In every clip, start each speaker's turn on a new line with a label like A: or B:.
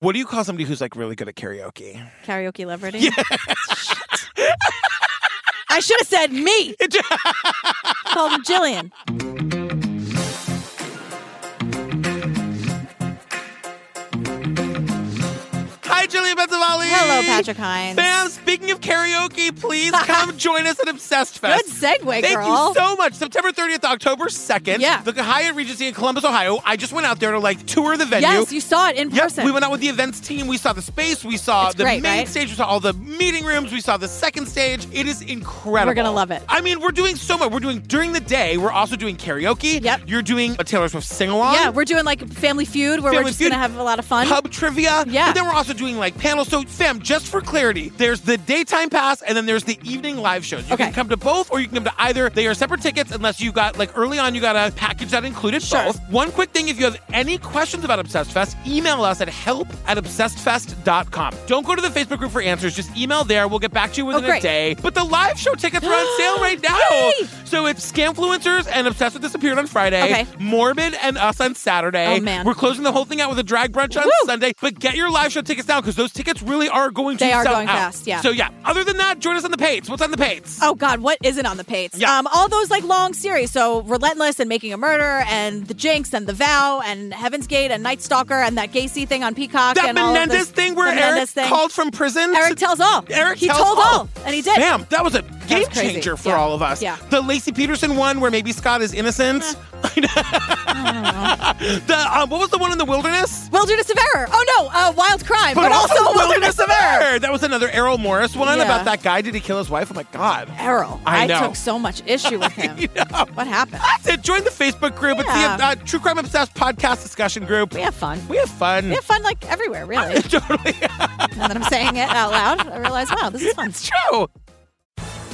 A: What do you call somebody who's like really good at karaoke?
B: Karaoke celebrity. Shit. I should have said me. Called him Jillian.
A: Hi, Julia Benzavalli.
B: Hello, Patrick Hines.
A: Ma'am, speaking of karaoke, please come join us at Obsessed
B: Good
A: Fest.
B: segue,
A: Thank
B: girl.
A: you so much. September 30th, October 2nd.
B: Yeah.
A: The Hyatt Regency in Columbus, Ohio. I just went out there to like tour the venue.
B: yes, you saw it in
A: Yep,
B: person.
A: we went out with the events team. We saw the space. We saw
B: It's
A: the
B: great,
A: main
B: right?
A: stage. We saw all the meeting rooms. We saw the second stage. It is incredible.
B: We're gonna love it.
A: I mean, we're doing so much. We're doing during the day. We're also doing karaoke.
B: Yep.
A: You're doing a Taylor Swift sing along.
B: yeah, we're doing like Family Feud where
A: Family
B: we're just
A: Feud.
B: gonna have a lot of fun.
A: Pub trivia.
B: Yeah.
A: But then we're also doing like panels. So, fam, just for clarity, there's the daytime pass and then there's the evening live shows. You
B: Okay.
A: can come to both or you can come to either. They are separate tickets unless you got like early on, you got a package that included
B: Sure.
A: both. One quick thing if you have any questions about Obsessed Fest, email us at help at obsessedfest.com. Don't go to the Facebook group for answers. Just email there. We'll get back to you within a
B: Oh, great.
A: day. But the live show tickets are on sale right now.
B: Yay!
A: So it's Scamfluencers and Obsessed with Disappeared on Friday,
B: Okay.
A: Morbid and Us on Saturday.
B: Oh, man.
A: We're closing the whole thing out with a drag brunch on
B: Woo!
A: Sunday. But get your live show tickets now because those tickets really are going to
B: They are
A: sell
B: going
A: out.
B: fast, yeah.
A: So yeah. Other than that, join us on the Pates. What's on the Pates?
B: Oh God, what isn't on the Pates?
A: Yeah.
B: Um, all those like long series, so Relentless and Making a Murder, and The Jinx and The Vow, and Heaven's Gate and Night Stalker, and that Gacy thing on Peacock.
A: that
B: and all of those-
A: Menendez thing where
B: the
A: Eric
B: Menendez thing.
A: called from prison.
B: Eric
A: to-
B: tells all.
A: Eric
B: he
A: tells
B: told
A: all.
B: and he did.
A: Damn, that was a game
B: crazy.
A: changer for
B: Yeah.
A: all of us.
B: Yeah. Eh.
A: The Lacey Peterson one where maybe Scott is innocent. the um, what was the one in the wilderness?
B: Wilderness of Error. Oh no, uh, Wild Crime,
A: but, also,
B: a
A: the wilderness of air. That was another Errol Morris one
B: Yeah.
A: about that guy. Did he kill his wife? Oh my god.
B: Errol.
A: I know.
B: took so much issue with him.
A: know.
B: What happened?
A: That's it. Join the Facebook group. It's the
B: Yeah.
A: uh, True Crime Obsessed podcast discussion group.
B: We have fun.
A: We have fun.
B: We have fun like everywhere, really.
A: totally.
B: now that I'm saying it out loud, I realize, wow, this is fun.
A: It's true.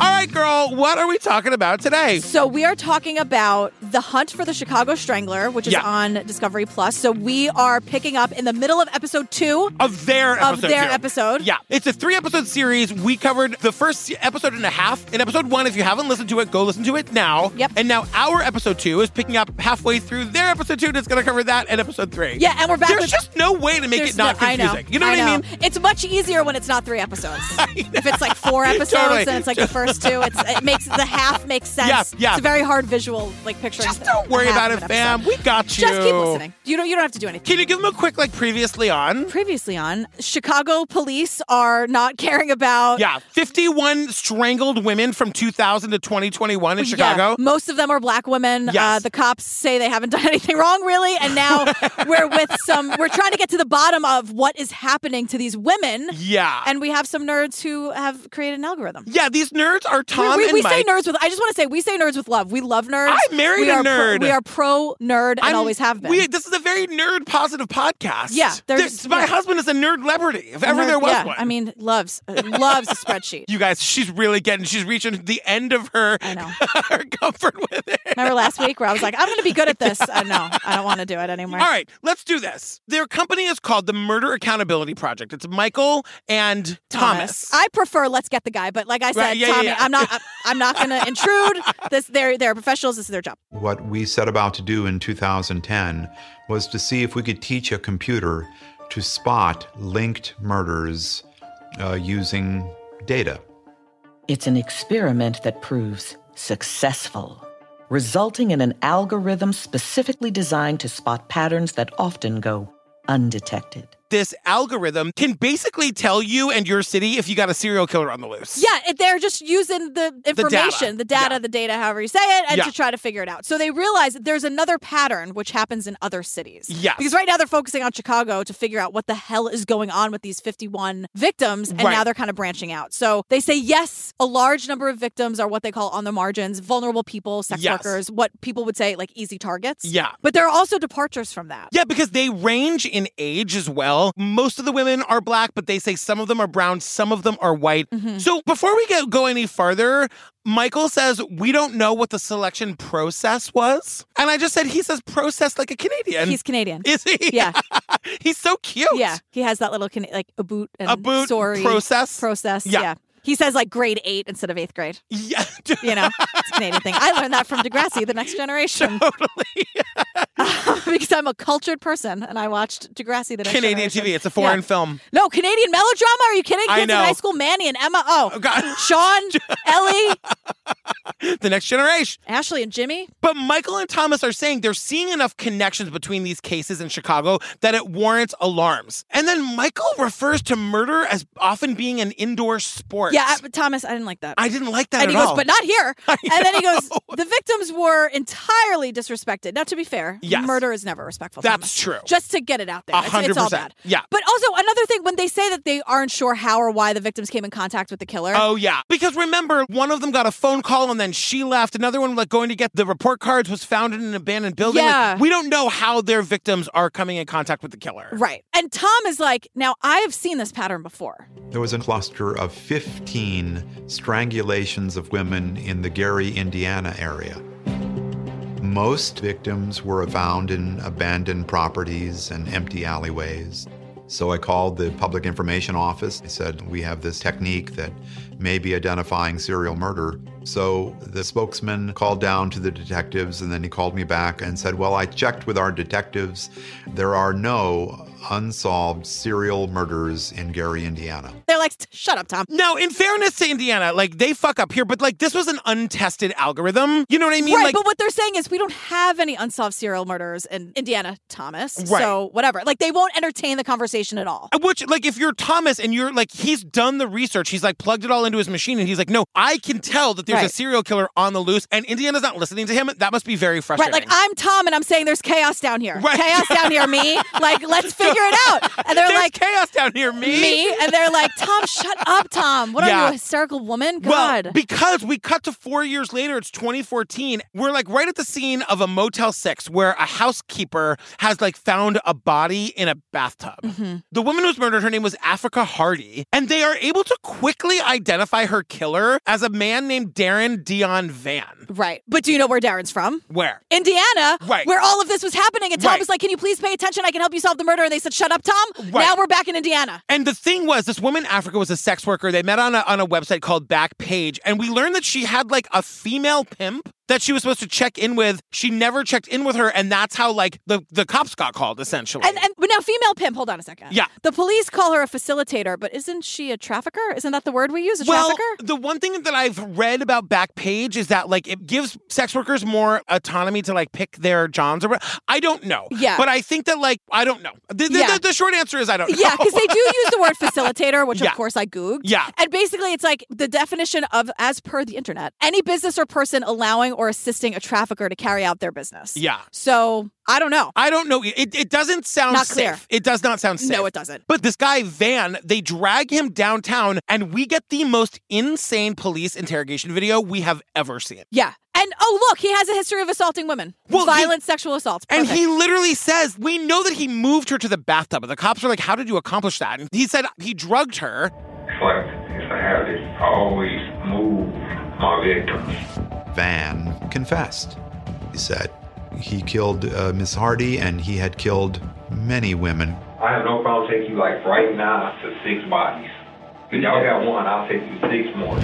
A: All right, girl. What are we talking about today?
B: So we are talking about the hunt for the Chicago Strangler, which is
A: Yeah.
B: on Discovery Plus. So we are picking up in the middle of episode two.
A: Of their
B: Of
A: episode.
B: their
A: two.
B: episode.
A: Yeah. It's a three episode series. We covered the first se- episode and a half. In episode one, if you haven't listened to it, go listen to it now.
B: Yep.
A: And now our episode two is picking up halfway through their episode two, and it's going to cover that and episode three.
B: Yeah, and we're back.
A: There's
B: with-
A: just no way to make
B: there's
A: it not
B: no- I
A: confusing. You know what I mean?
B: It's much easier when it's not three episodes. if it's like four episodes
A: Totally.
B: and it's like the first two, it's, it makes the half makes sense.
A: Yeah, yeah.
B: It's a very hard visual like picture.
A: Just don't worry about it, fam. We got you.
B: Just keep listening. You don't. You don't have to do anything.
A: Can you give them a quick, like, previously on?
B: Previously on Chicago police are not caring about
A: Yeah, 51 strangled women from 2000 to 2021 in
B: Yeah.
A: Chicago.
B: most of them are black women. Uh,
A: Yes.
B: the cops say they haven't done anything wrong, really. And now we're with some, we're trying to get to the bottom of what is happening to these women.
A: Yeah.
B: And we have some nerds who have created an algorithm.
A: yeah, these nerds are Tom
B: we we-
A: and
B: we
A: Mike.
B: say nerds with, I just want to say, we say nerds with love. We love nerds.
A: I married
B: we
A: a
B: are pro-
A: nerd.
B: we are pro nerd and
A: I'm-
B: always have been.
A: We, this is a very nerd positive podcast.
B: Yeah, there's-
A: This- my
B: yeah.
A: husband is a nerd celebrity, if ever
B: Nerd-
A: there was
B: yeah,
A: one.
B: I mean, loves, uh, loves a spreadsheet.
A: you guys, she's really getting, she's reaching the end of her,
B: I know.
A: her comfort with it.
B: Remember last week where I was like, I'm going to be good at this. Uh, no, I don't want to do it anymore.
A: All right, let's do this. Their company is called the Murder Accountability Project. It's Michael and Thomas.
B: I prefer let's get the guy, but like I said,
A: Right, yeah, yeah,
B: Tommy,
A: yeah.
B: I'm not I'm- I'm not going to intrude. This they're they're professionals, this is their job.
C: What we set about to do in 2010 was to see if we could teach a computer to spot linked murders uh, using data.
D: It's an experiment that proves successful. resulting in an algorithm specifically designed to spot patterns that often go undetected.
A: This algorithm can basically tell you and your city if you got a serial killer on the loose.
B: Yeah, it, they're just using the information, the data, the data,
A: Yeah.
B: however you say it, and
A: Yeah.
B: to try to figure it out. So they realize that there's another pattern which happens in other cities.
A: Yes.
B: Because right now they're focusing on Chicago to figure out what the hell is going on with these 51 victims, and
A: Right.
B: now they're kind of branching out. So they say, yes, a large number of victims are what they call on the margins, vulnerable people, sex
A: Yes.
B: workers, what people would say like easy targets.
A: Yeah.
B: But there are also departures from that.
A: Yeah, because they range in age as well. Most of the women are black, but they say some of them are brown, some of them are white.
B: Mm-hmm.
A: So before we get, go any further, Michael says we don't know what the selection process was. And I just said he says process like a Canadian.
B: He's Canadian.
A: Is he?
B: Yeah.
A: He's so cute.
B: Yeah, he has that little can- like a boot and
A: A boot
B: sorry
A: process.
B: process.
A: Yeah.
B: Yeah. He says like grade eight instead of eighth grade.
A: yeah.
B: You know, it's a Canadian thing. I learned that from Degrassi, The Next Generation,
A: totally.
B: because I'm a cultured person and I watched Degrassi, The Next
A: Canadian
B: Generation.
A: TV. It's a foreign
B: Yeah.
A: film.
B: No, Canadian melodrama? Are you kidding?
A: I
B: Kids in
A: know.
B: high school, Manny and Emma. Oh,
A: God.
B: Sean, Ellie,
A: The next generation.
B: Ashley, and Jimmy.
A: But Michael and Thomas are saying they're seeing enough connections between these cases in Chicago that it warrants alarms. And then Michael refers to murder as often being an indoor sport.
B: Yeah, I, Thomas, I didn't like that.
A: I didn't like that
B: and
A: at
B: he goes,
A: all.
B: but not here. And then he goes, the victims were entirely disrespected. Now, to be fair,
A: Yes.
B: murder is never respectful.
A: That's
B: Thomas.
A: true.
B: Just to get it out there,
A: A
B: It's- it's, all
A: 100%.
B: bad.
A: Yeah.
B: But also another thing, when they say that they aren't sure how or why the victims came in contact with the killer,
A: Oh yeah, because remember, one of them got a phone call and then she left. Another one, like going to get the report cards, was found in an abandoned building. Like,
B: Yeah.
A: we don't know how their victims are coming in contact with the killer.
B: right? And Tom is like, now I have seen this pattern before.
C: There was a cluster of 15 strangulations of women in the Gary, Indiana area. Most victims were found in abandoned properties and empty alleyways. So I called the public information office. I said, We have this technique that may be identifying serial murder. So the spokesman called down to the detectives and then he called me back and said, Well, I checked with our detectives. There are no unsolved serial murders in Gary, Indiana.
B: They're like, shut up, Tom.
A: Now, in fairness to Indiana, like they fuck up here, but like this was an untested algorithm. You know what I mean?
B: right,
A: like,
B: but what they're saying is we don't have any unsolved serial murders in Indiana, Thomas.
A: Right.
B: So whatever. Like they won't entertain the conversation at all.
A: Which, like, if you're Thomas and you're like, he's done the research, he's like plugged it all into his machine, and he's like, no, I can tell that there's a
B: Right.
A: serial killer on the loose, and Indiana's not listening to him. That must be very
B: Right,
A: frustrating.
B: like I'm Tom and I'm saying there's chaos down here.
A: Right.
B: Chaos down here, me. Like, let's figure it out. And they're
A: there's
B: like,
A: chaos down here, me.
B: me. And they're like, Tom, shut up, Tom. What are
A: Yeah.
B: you, a hysterical woman?
A: Well,
B: God.
A: because we cut to four years later, it's 2014. We're like right at the scene of a Motel 6 where a housekeeper has like found a body in a bathtub. The woman who was murdered, her name was Africa Hardy, and they are able to quickly identify her killer as a man named Darren Dion Van.
B: right. But do you know where Darren's from?
A: Where?
B: Indiana,
A: Right.
B: where all of this was happening. And Tom
A: Right.
B: was like, Can you please pay attention? I can help you solve the murder. And they said, Shut up, Tom.
A: Right.
B: Now we're back in Indiana.
A: And the thing was, this woman Africa was a sex worker. They met on a, on a website called Backpage, and we learned that she had like a female pimp that she was supposed to check in with. She never checked in with her, and that's how like the, the cops got called essentially.
B: And, and but now female pimp, hold on a second.
A: Yeah.
B: The police call her a facilitator, but isn't she a trafficker? Isn't that the word we use? A
A: well,
B: trafficker?
A: the one thing that I've read about Backpage is that like it gives sex workers more autonomy to like pick their johns or what- I don't know.
B: Yeah.
A: But I think that like I don't know. The, the,
B: Yeah.
A: the, the short answer is I don't know.
B: Yeah, because they do use the word facilitator, which
A: Yeah.
B: of course I googled.
A: Yeah.
B: And basically, it's like the definition of, as per the internet, any business or person allowing or assisting a trafficker to carry out their business.
A: Yeah.
B: So I don't know.
A: I don't know. It, it doesn't sound
B: Not
A: safe.
B: clear.
A: It does not sound safe.
B: No, it doesn't.
A: But this guy, Van, they drag him downtown, and we get the most insane police interrogation video we have ever seen.
B: Yeah. And oh, look, he has a history of assaulting women,
A: Well, he-
B: violent sexual assaults.
A: And
B: Perfect.
A: he literally says, We know that he moved her to the bathtub. And the cops are like, How did you accomplish that? And he said, He drugged her.
E: Flex is a habit. I always move my victims.
C: Van confessed. He said he killed uh, Miss Hardy and he had killed many women.
E: I have no problem taking you like right now to six bodies. If y'all got one, I'll take you six more.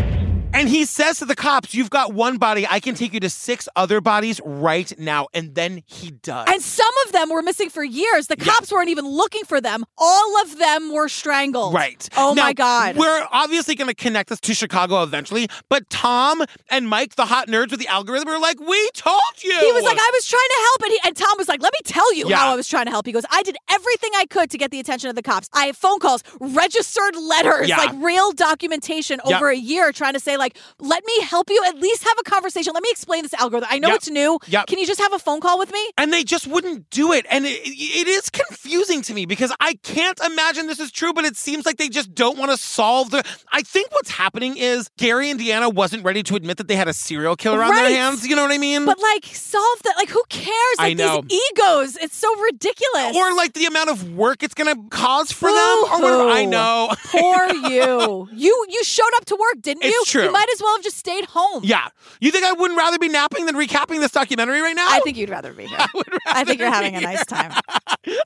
A: And he says to the cops, You've got one body. I can take you to six other bodies right now. And then he does.
B: And some of them were missing for years. The cops weren't even looking for them. All of them were strangled.
A: Right.
B: Oh
A: Now,
B: my God.
A: We're obviously going to connect this to Chicago eventually, but Tom and Mike, the hot nerds with the algorithm, are like, we told you.
B: He was like, I was trying to help. And, he, and Tom was like, let me tell you
A: Yeah.
B: how I was trying to help. He goes, I did everything I could to get the attention of the cops. I have phone calls, registered letters,
A: Yeah.
B: like real documentation
A: Yep.
B: over a year trying to say, like, let me help you at least have a conversation. Let me explain this algorithm. I know
A: Yep.
B: it's new.
A: Yep.
B: Can you just have a phone call with me?
A: and they just wouldn't do it. And it, it is confusing to me because I can't imagine this is true, but it seems like they just don't want to solve the. I think what's happening is Gary Indiana wasn't ready to admit that they had a serial killer on their
B: Right.
A: hands. You know what I mean?
B: But like, solve that. Like, who cares?
A: I
B: Like
A: know.
B: these egos. It's so ridiculous.
A: or like the amount of work it's going to cause for them or whatever. I
B: Boo-hoo.
A: know.
B: Poor you. You you showed up to work, didn't
A: It's
B: you?
A: true.
B: You might as well have just stayed home.
A: Yeah. You think I wouldn't rather be napping than recapping this documentary right now?
B: I think you'd rather be here. I, think you're having a nice time.
A: having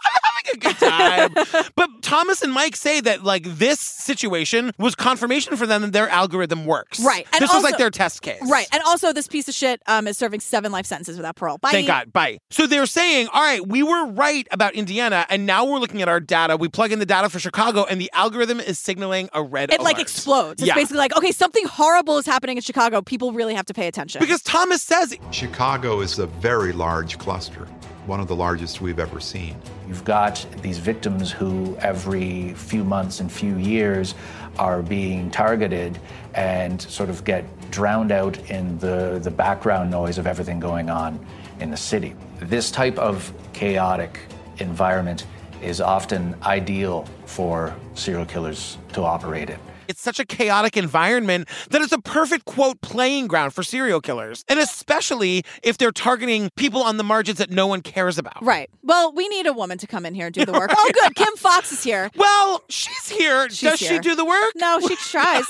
A: a good time. but Thomas and Mike say that like this situation was confirmation for them that their algorithm works.
B: Right. And
A: this was like
B: also-
A: their test case.
B: Right. And also, this piece of shit um, is serving seven life sentences without parole. Bye.
A: Thank God. Bye. So they're saying, all right, we were right about Indiana, and now we're looking at our data. We plug in the data for Chicago, and the algorithm is signaling a red.
B: It like
A: alert.
B: explodes. It's
A: Yeah.
B: basically like, okay, something horrible is happening in Chicago. People really have to pay attention.
A: Because Thomas says
C: Chicago is a very large cluster, one of the largest we've ever seen.
F: You've got these victims who, every few months and few years, are being targeted and sort of get drowned out in the, the background noise of everything going on in the city. This type of chaotic environment is often ideal for serial killers to operate in.
A: It's such a chaotic environment that it's a perfect quote playing ground for serial killers, and especially if they're targeting people on the margins that no one cares about.
B: Right. Well, we need a woman to come in here and do the work. Oh, good. Kim Fox is here.
A: Well, she's here.
B: She's
A: Does she
B: here.
A: do the work?
B: No, she tries.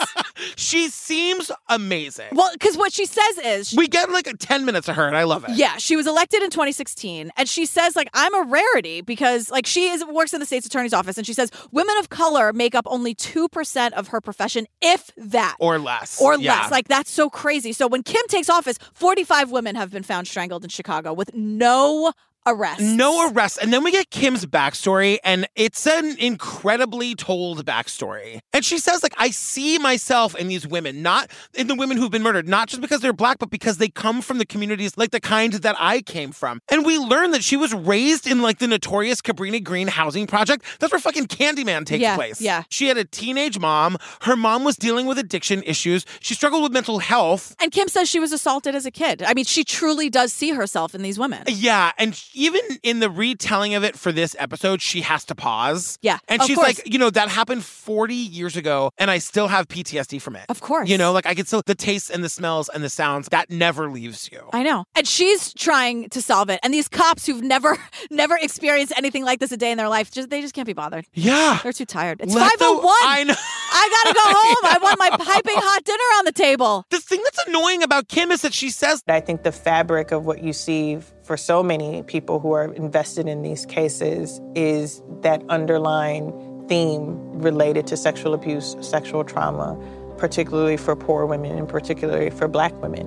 A: She seems amazing.
B: well, because what she says is,
A: we get like 10 minutes of her, and I love it.
B: Yeah, she was elected in 2016, and she says like I'm a rarity because like she is works in the state's attorney's office, and she says women of color make up only two percent of her profession, if that,
A: Or less.
B: Or
A: Yeah.
B: less. Like that's so crazy. So when Kim takes office, 45 women have been found strangled in Chicago with no arrest.
A: No arrest. And then we get Kim's backstory, and it's an incredibly told backstory. And she says, like, I see myself in these women, not in the women who've been murdered, not just because they're black, but because they come from the communities like the kind that I came from. And we learn that she was raised in like the notorious Cabrini Green housing project. That's where fucking Candyman takes
B: Yeah,
A: place.
B: yeah.
A: She had a teenage mom. Her mom was dealing with addiction issues. She struggled with mental health.
B: And Kim says she was assaulted as a kid. I mean, she truly does see herself in these women.
A: Yeah, and sh- even in the retelling of it for this episode, she has to pause.
B: Yeah,
A: and
B: of
A: she's
B: course.
A: like, you know, that happened 40 years ago, and I still have PTSD from it.
B: Of course.
A: you know, like I could still the tastes and the smells and the sounds that never leaves you.
B: I know. And she's trying to solve it. And these cops who've never never experienced anything like this a day in their life, just they just can't be bothered.
A: yeah,
B: They're too tired. It's
A: Let
B: five
A: the-
B: oh one.
A: I know.
B: I gotta go home. I want my piping hot dinner on the table.
A: The thing that's annoying about Kim is that she says
G: I think the fabric of what you see for so many people who are invested in these cases is that underlying theme related to sexual abuse, sexual trauma, particularly for poor women and particularly for black women.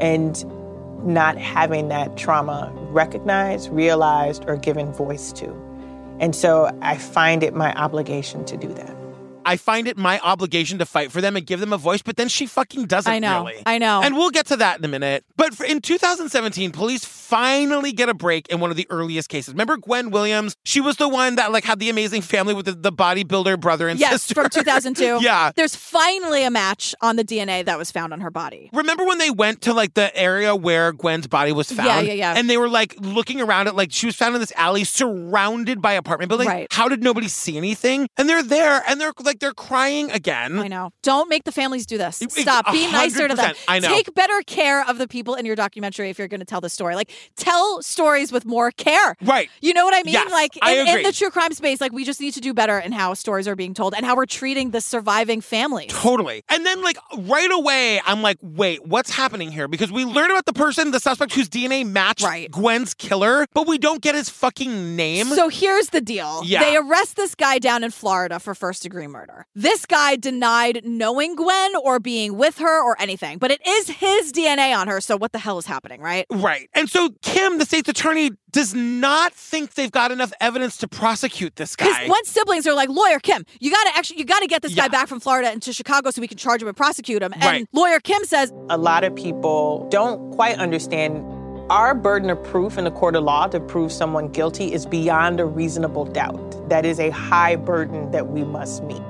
G: And not having that trauma recognized, realized, or given voice to. And so I find it my obligation to do that.
A: I find it my obligation to fight for them and give them a voice, but then she fucking doesn't
B: I know,
A: really.
B: I know.
A: And we'll get to that in a minute. But for, in 2017, police finally get a break in one of the earliest cases. Remember Gwen Williams? She was the one that like had the amazing family with the, the bodybuilder brother and
B: Yes,
A: sister.
B: from 2002.
A: Yeah.
B: There's finally a match on the DNA that was found on her body.
A: Remember when they went to like the area where Gwen's body was found?
B: Yeah, yeah, yeah.
A: And they were like looking around at like she was found in this alley surrounded by apartment buildings.
B: Right.
A: How did nobody see anything? And they're there and they're like they're crying again.
B: I know. Don't make the families do this.
A: It- it-
B: Stop. Be nicer to them.
A: 100%. I know.
B: Take better care of the people in your documentary if you're going to tell the story. Like, tell stories with more care.
A: Right.
B: You know what I mean?
A: Yes,
B: like, in,
A: I agree.
B: in the true crime space, like, we just need to do better in how stories are being told and how we're treating the surviving families.
A: Totally. And then, like, right away, I'm like, wait, what's happening here? Because we learned about the person, the suspect whose DNA matched
B: Right.
A: Gwen's killer, but we don't get his fucking name.
B: So here's the deal.
A: Yeah.
B: They arrest this guy down in Florida for first degree murder. murder. This guy denied knowing Gwen or being with her or anything, but it is his DNA on her, so what the hell is happening, right?
A: Right. And so Kim, the state's attorney, does not think they've got enough evidence to prosecute this guy.
B: Because once siblings are like, lawyer Kim, you gotta actually you gotta get this
A: Yeah.
B: guy back from Florida into Chicago so we can charge him and prosecute him. And
A: Right.
B: lawyer Kim says,
G: A lot of people don't quite understand our burden of proof in the court of law to prove someone guilty is beyond a reasonable doubt. That is a high burden that we must meet.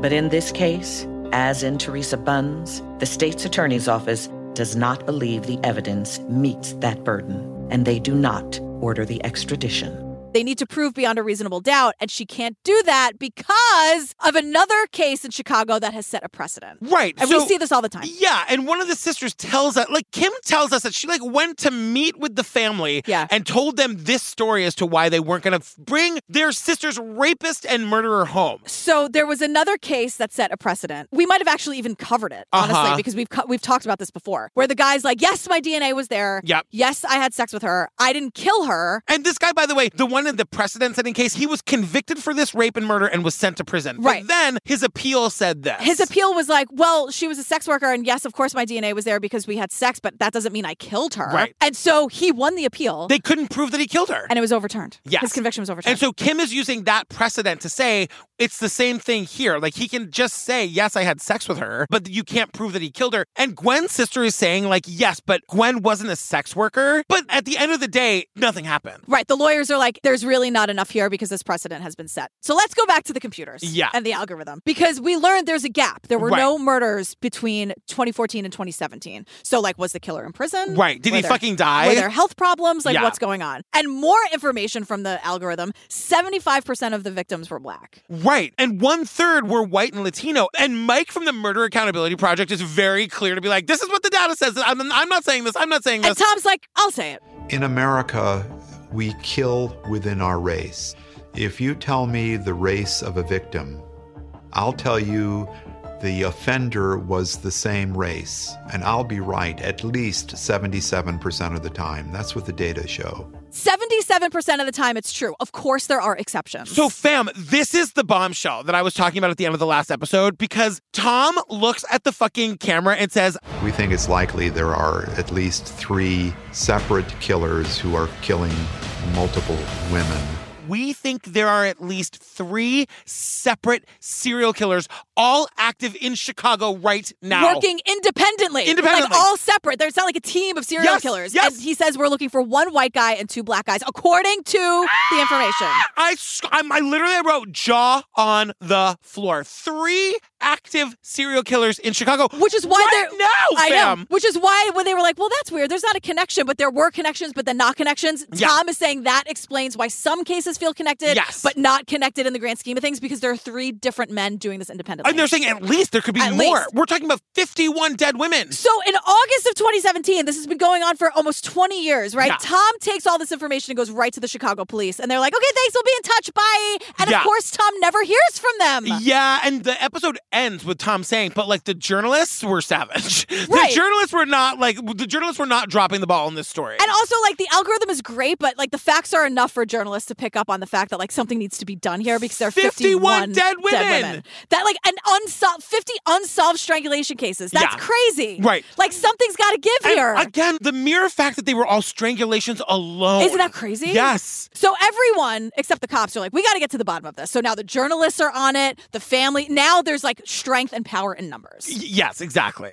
D: But in this case, as in Teresa Bunn's, the state's attorney's office does not believe the evidence meets that burden, and they do not order the extradition.
B: they need to prove beyond a reasonable doubt, and she can't do that because of another case in Chicago that has set a precedent.
A: Right.
B: And
A: so-
B: we see this all the time.
A: Yeah, and one of the sisters tells us, like Kim tells us that she like went to meet with the family
B: Yeah.
A: and told them this story as to why they weren't going to bring their sister's rapist and murderer home.
B: So there was another case that set a precedent. We might have actually even covered it, honestly,
A: Uh-huh.
B: because we've co- we've talked about this before, where the guy's like, "Yes, my DNA was there.
A: Yep.
B: Yes, I had sex with her. I didn't kill her."
A: And this guy, by the way, the one in the precedent setting case, he was convicted for this rape and murder and was sent to prison. But
B: Right.
A: then his appeal said this.
B: His appeal was like, "Well, she was a sex worker, and yes, of course, my DNA was there because we had sex, but that doesn't mean I killed her."
A: Right.
B: And so he won the appeal,
A: They couldn't prove that he killed her.
B: and it was overturned.
A: Yes.
B: His conviction was overturned.
A: And so Kim is using that precedent to say it's the same thing here. Like he can just say, yes, I had sex with her, but you can't prove that he killed her. And Gwen's sister is saying, like, yes, but Gwen wasn't a sex worker. But at the end of the day, nothing happened.
B: Right. The lawyers are like, there's really not enough here because this precedent has been set. So let's go back to the computers
A: Yeah.
B: and the algorithm because we learned there's a gap. There were
A: Right.
B: no murders between 2014 and 2017. So, like, was the killer in prison?
A: Right. Did
B: Were
A: he
B: there-
A: fucking die?
B: Were there health problems? Like,
A: Yeah.
B: what's going on? And more information from the algorithm 75% of the victims were black.
A: Right. And one third were white and Latino. And Mike from the Murder Accountability Project is very clear to be like, this is what the data says. I'm, I'm not saying this. I'm not saying
B: And
A: this.
B: Tom's like, I'll say it.
C: In America, we kill within our race. If you tell me the race of a victim, I'll tell you the offender was the same race, and I'll be right at least 77% of the time. That's what the data show.
B: 77% of the time, it's true. Of course, there are exceptions.
A: So, fam, this is the bombshell that I was talking about at the end of the last episode because Tom looks at the fucking camera and says,
C: We think it's likely there are at least three separate killers who are killing multiple women.
A: We think there are at least three separate serial killers, all active in Chicago right now.
B: working independently.
A: Independently.
B: Like all separate. There's not like a team of serial
A: Yes,
B: killers.
A: yes.
B: And he says we're looking for one white guy and two black guys, according to the information.
A: I, sc- I'm- I literally wrote jaw on the floor. Three active serial killers in Chicago.
B: Which is why
A: right
B: they're
A: now,
B: I
A: fam.
B: know. Which is why when they were like, well, that's weird. There's not a connection, but there were connections, but then not connections.
A: Yeah.
B: Tom is saying that explains why some cases feel connected,
A: Yes.
B: but not connected in the grand scheme of things because there are three different men doing this independently.
A: And they're saying at least there could be
B: At
A: more.
B: least.
A: We're talking about 51 dead women.
B: So in August of 2017, this has been going on for almost 20 years, right?
A: Yeah.
B: Tom takes all this information and goes right to the Chicago police. And they're like, okay, thanks, we'll be in touch. Bye. And
A: Yeah.
B: of course, Tom never hears from them.
A: Yeah, and the episode ends with Tom saying, but like the journalists were savage.
B: Right.
A: The journalists were not like the journalists were not dropping the ball in this story.
B: And also, like, the algorithm is great, but like the facts are enough for journalists to pick up on the fact that like something needs to be done here because there are
A: 51
B: 51,
A: dead women.
B: That like an unsolved 50 unsolved strangulation cases. That's
A: Yeah.
B: crazy.
A: Right.
B: Like something's gotta give
A: And
B: here.
A: again, the mere fact that they were all strangulations alone.
B: Isn't that crazy?
A: Oh, Yes.
B: So everyone except the cops are like, we got to get to the bottom of this. So now the journalists are on it, the family. Now there's like strength and power in
A: Y-
B: numbers.
A: yes, exactly.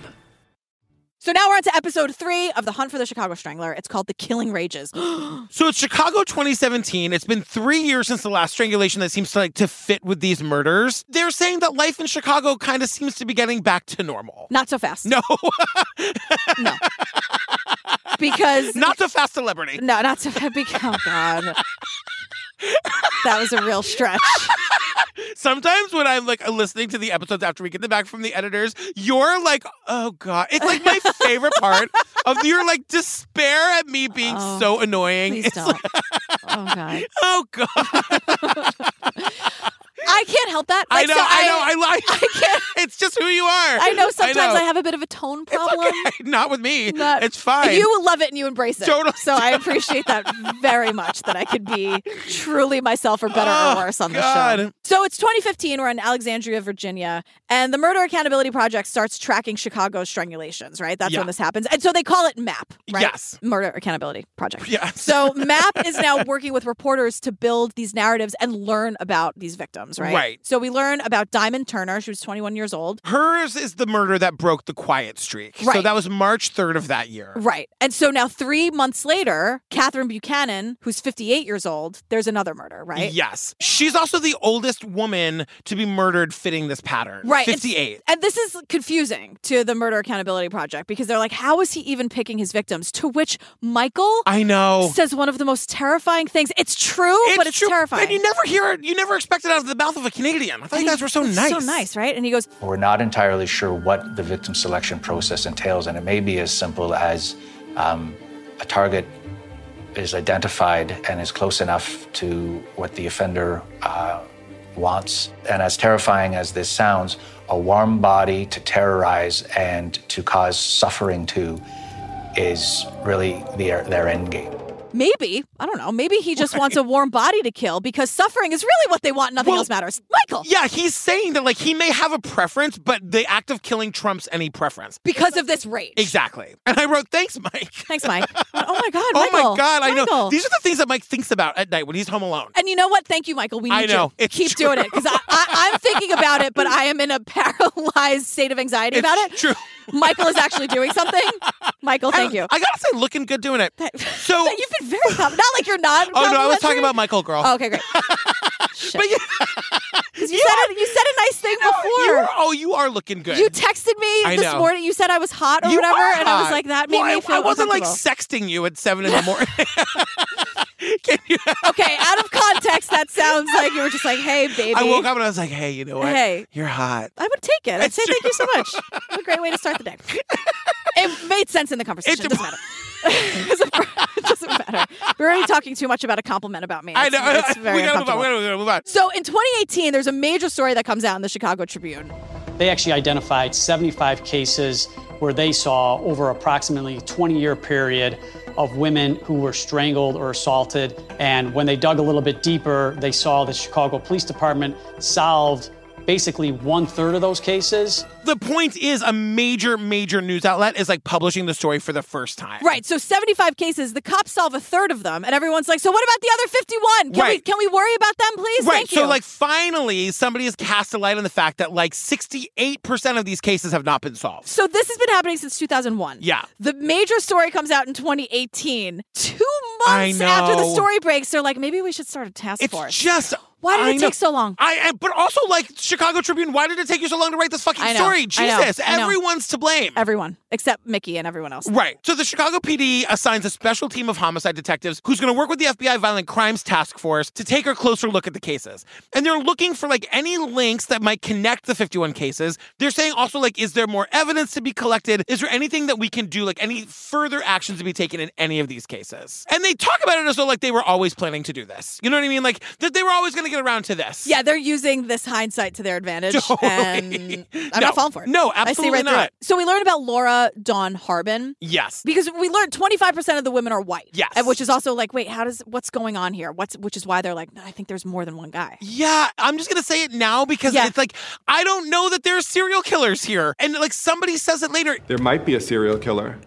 B: So now we're on to episode three of The Hunt for the Chicago Strangler. It's called The Killing Rages.
A: So it's Chicago 2017. It's been three years since the last strangulation that seems to like to fit with these murders. They're saying that life in Chicago kind of seems to be getting back to normal.
B: Not so fast.
A: No,
B: No. because.
A: not so fast celebrity.
B: No, not so fast. Because, oh, God. That was a real stretch.
A: Sometimes when I'm like listening to the episodes after we get them back from the editors, you're like, oh God. It's like my favorite part of your like despair at me being
B: Oh,
A: so annoying.
B: Please
A: It's
B: don't.
A: like,
B: oh God.
A: oh God.
B: I can't help that.
A: I
B: Like,
A: know,
B: so
A: I know, I like
B: I can't.
A: it's just who you are.
B: I know sometimes I,
A: know.
B: have a bit of a tone
A: It's
B: problem.
A: okay. Not with me.
B: Not-
A: it's fine.
B: You love it and you embrace it.
A: Totally.
B: So I appreciate that very much that I could be truly myself or better
A: Oh,
B: or worse on the show.
A: God.
B: So it's 2015. We're in Alexandria, Virginia, and the Murder Accountability Project starts tracking Chicago's strangulations, right? That's
A: Yeah.
B: when this happens. And so they call it MAP, right?
A: Yes.
B: Murder Accountability Project.
A: Yes.
B: So MAP is now working with reporters to build these narratives and learn about these victims, right?
A: Right.
B: So we learn about Diamond Turner. She was 21 years old.
A: Hers is the murder that broke the quiet streak. So
B: Right.
A: that was March 3rd of that year.
B: Right. And so now, three months later, Catherine Buchanan, who's 58 years old, there's another murder, right?
A: Yes. She's also the oldest woman to be murdered fitting this pattern.
B: Right. It's-
A: 58.
B: And this is confusing to the Murder Accountability Project because they're like, how is he even picking his victims? To which Michael
A: I know.
B: says one of the most terrifying things. It's true, but it's
A: true.
B: terrifying.
A: And you never hear it. You never expect it out of the mouth of a Canadian. I thought you guys were so
B: It's
A: nice.
B: So nice, right? And he goes,
F: We're not entirely sure what the victim selection process entails, and it may be as simple as um, a target is identified and is close enough to what the offender uh, wants. And as terrifying as this sounds, a warm body to terrorize and to cause suffering to is really their, their end game.
B: maybe, I don't know, maybe he just wants a warm body to kill because suffering is really what they want. Nothing
A: Well,
B: else matters. Michael,
A: Yeah, he's saying that like he may have a preference, but the act of killing trumps any preference.
B: because of this rage.
A: Exactly. And I wrote, thanks, Mike.
B: Thanks, Mike. Oh my God,
A: oh
B: Michael.
A: my God, I know.
B: Michael.
A: These are the things that Mike thinks about at night when he's home alone.
B: And you know what? Thank you, Michael. We need
A: I know.
B: you.
A: It's
B: Keep doing it because I, I, I'm thinking about it, but I am in a paralyzed state of anxiety about it.
A: True.
B: Michael is actually doing something. Michael, thank
A: And
B: you.
A: I gotta say, looking good doing it. So
B: You've been very com- not like you're not.
A: Oh no, I was talking
B: complimentary.
A: about Michael, girl.
B: Oh, okay, great. Shit.
A: But you,
B: 'Cause you, said it, you said a nice thing
A: you are,
B: before.
A: oh, you are looking good.
B: You texted me
A: I
B: this
A: know.
B: morning. You said I was hot or
A: You
B: whatever,
A: are
B: and I was
A: hot.
B: like, that made
A: Well, I-
B: me feel.
A: I wasn't like
B: uncomfortable.
A: sexting you at seven in the morning. Can you?
B: okay, out of context, that sounds like you were just like, hey, baby.
A: I woke up and I was like, hey, you know what?
B: Hey.
A: You're hot.
B: I would take it. I'd
A: It's
B: say
A: true.
B: thank you so much. What a great way to start the day. It made sense in the
A: It
B: conversation. It, doesn't matter. it doesn't matter. We're already talking too much about a compliment about me.
A: I
B: It's-
A: know.
B: It's very
A: we gotta move on.
B: uncomfortable.
A: We gotta, we gotta move on.
B: So in 2018, there's a major story that comes out in the Chicago Tribune.
H: They actually identified 75 cases where they saw over approximately 20 year period of women who were strangled or assaulted. And when they dug a little bit deeper, they saw the Chicago Police Department solved basically one third of those cases.
A: The point is, a major, major news outlet is like publishing the story for the first time.
B: Right. So 75 cases, the cops solve a third of them, and everyone's like, "So what about the other 51? Can we
A: Right.
B: can we worry about them, please?
A: Right.
B: Thank
A: so,
B: you."
A: like, finally, somebody has cast a light on the fact that like 68% of these cases have not been solved.
B: So this has been happening since 2001.
A: Yeah.
B: The major story comes out in 2018. Two
A: I
B: months after the
A: know.
B: story breaks, they're like, maybe we should start a task
A: It's
B: force.
A: just.
B: Why did
A: I
B: it
A: know.
B: take so long?
A: I and- but also like Chicago Tribune. Why did it take you so long to write this fucking
B: I know,
A: story?
B: I know,
A: Jesus,
B: I know.
A: everyone's to blame.
B: Everyone except Mickey and everyone else.
A: Right. So the Chicago PD assigns a special team of homicide detectives who's going to work with the FBI Violent Crimes Task Force to take a closer look at the cases. And they're looking for like any links that might connect the 51 cases. They're saying also like is there more evidence to be collected? Is there anything that we can do like any further actions to be taken in any of these cases? And they talk about it as though like they were always planning to do this. You know what I mean? Like that they were always going to get around to this.
B: Yeah, they're using this hindsight to their advantage.
A: Totally.
B: And I'm
A: No.
B: not falling for it.
A: No,
B: I see
A: absolutely
B: right through
A: not.
B: it. So we learned about Laura Dawn Harbin.
A: Yes.
B: Because we learned 25% of the women are white.
A: Yes.
B: And Which is also like, wait, how does what's going on here? What's which is why they're like, I think there's more than one guy.
A: Yeah, I'm just gonna say it now because
B: Yeah.
A: it's like I don't know that there are serial killers here, and like somebody says it later.
I: There might be a serial killer,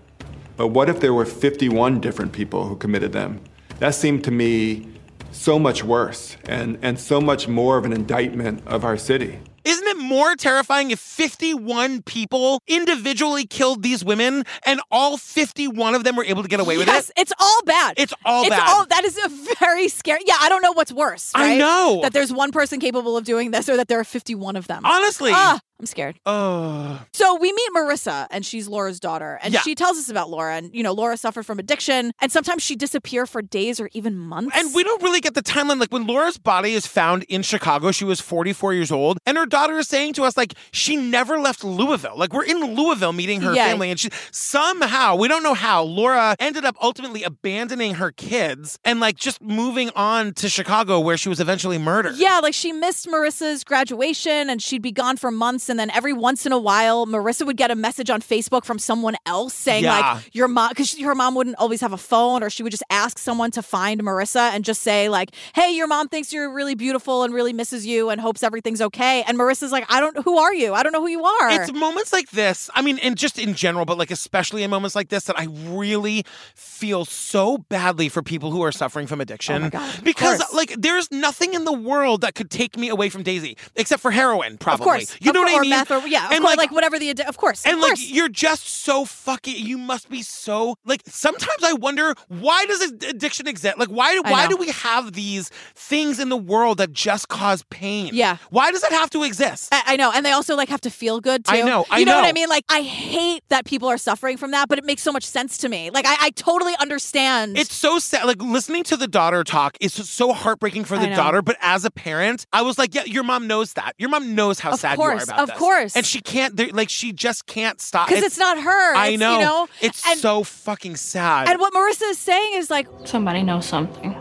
I: but what if there were 51 different people who committed them? That seemed to me so much worse and, and so much more of an indictment of our city.
A: Isn't it more terrifying if 51 people individually killed these women and all 51 of them were able to get away with
B: yes,
A: it?
B: it's all bad.
A: It's all
B: it's
A: bad.
B: All, that is a very scary. Yeah, I don't know what's worse.
A: I
B: right?
A: know.
B: that there's one person capable of doing this, or that there are 51 of them.
A: Honestly.
B: Ah, I'm scared.
J: Uh.
A: Ugh.
B: So we meet Marissa, and she's Laura's daughter, and
A: Yeah.
B: she tells us about Laura. And you know, Laura suffered from addiction, and sometimes she disappeared for days or even months.
A: And we don't really get the timeline. Like when Laura's body is found in Chicago, she was 44 years old, and her daughter is saying to us like she never left Louisville. Like we're in Louisville meeting her
B: Yeah.
A: family, and she somehow we don't know how Laura ended up ultimately abandoning her kids and like just moving on to Chicago, where she was eventually murdered.
B: Yeah, like she missed Marissa's graduation and she'd be gone for months. And then every once in a while, Marissa would get a message on Facebook from someone else saying,
A: Yeah.
B: like, your mom, because her mom wouldn't always have a phone, or she would just ask someone to find Marissa and just say, like, hey, your mom thinks you're really beautiful and really misses you and hopes everything's okay. And Marissa's like, I don't, who are you? I don't know who you are.
A: It's moments like this. I mean, and just in general, but like especially in moments like this that I really feel so badly for people who are suffering from addiction.
B: Oh God, of
A: because
B: course.
A: like there's nothing in the world that could take me away from Daisy except for heroin,
B: of
A: probably.
B: course.
A: You know what
B: Of cour-
A: I
B: or
A: mean?
B: Meth or, yeah, of
A: And,
B: course,
A: like-
B: like, whatever the, addi- of course.
A: and
B: of
A: like
B: course.
A: you're just so fucking you must be so like sometimes I wonder why does ad- addiction exist? Like why
B: I
A: why
B: know.
A: do we have these things in the world that just cause pain?
B: Yeah.
A: Why does it have to exist?
B: I, I know, and they also like have to feel good too.
A: I know, I
B: you know, what
A: know.
B: I mean. Like, I hate that people are suffering from that, but it makes so much sense to me. Like, I, I totally understand.
A: It's so sad. Like listening to the daughter talk is so heartbreaking for
B: I
A: the
B: know.
A: daughter. But as a parent, I was like, yeah, your mom knows that. Your mom knows how
B: Of
A: sad
B: course,
A: you are about
B: of
A: this.
B: course.
A: And she can't. there- Like she just can't stop.
B: because it's, not her.
A: I
B: It's,
A: know.
B: You know,
A: It's
B: and,
A: so fucking sad.
B: And what Marissa is saying is like,
K: somebody knows something.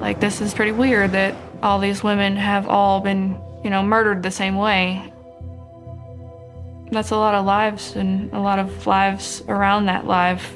K: Like, this is pretty weird that all these women have all been, you know, murdered the same way. That's a lot of lives and a lot of lives around that life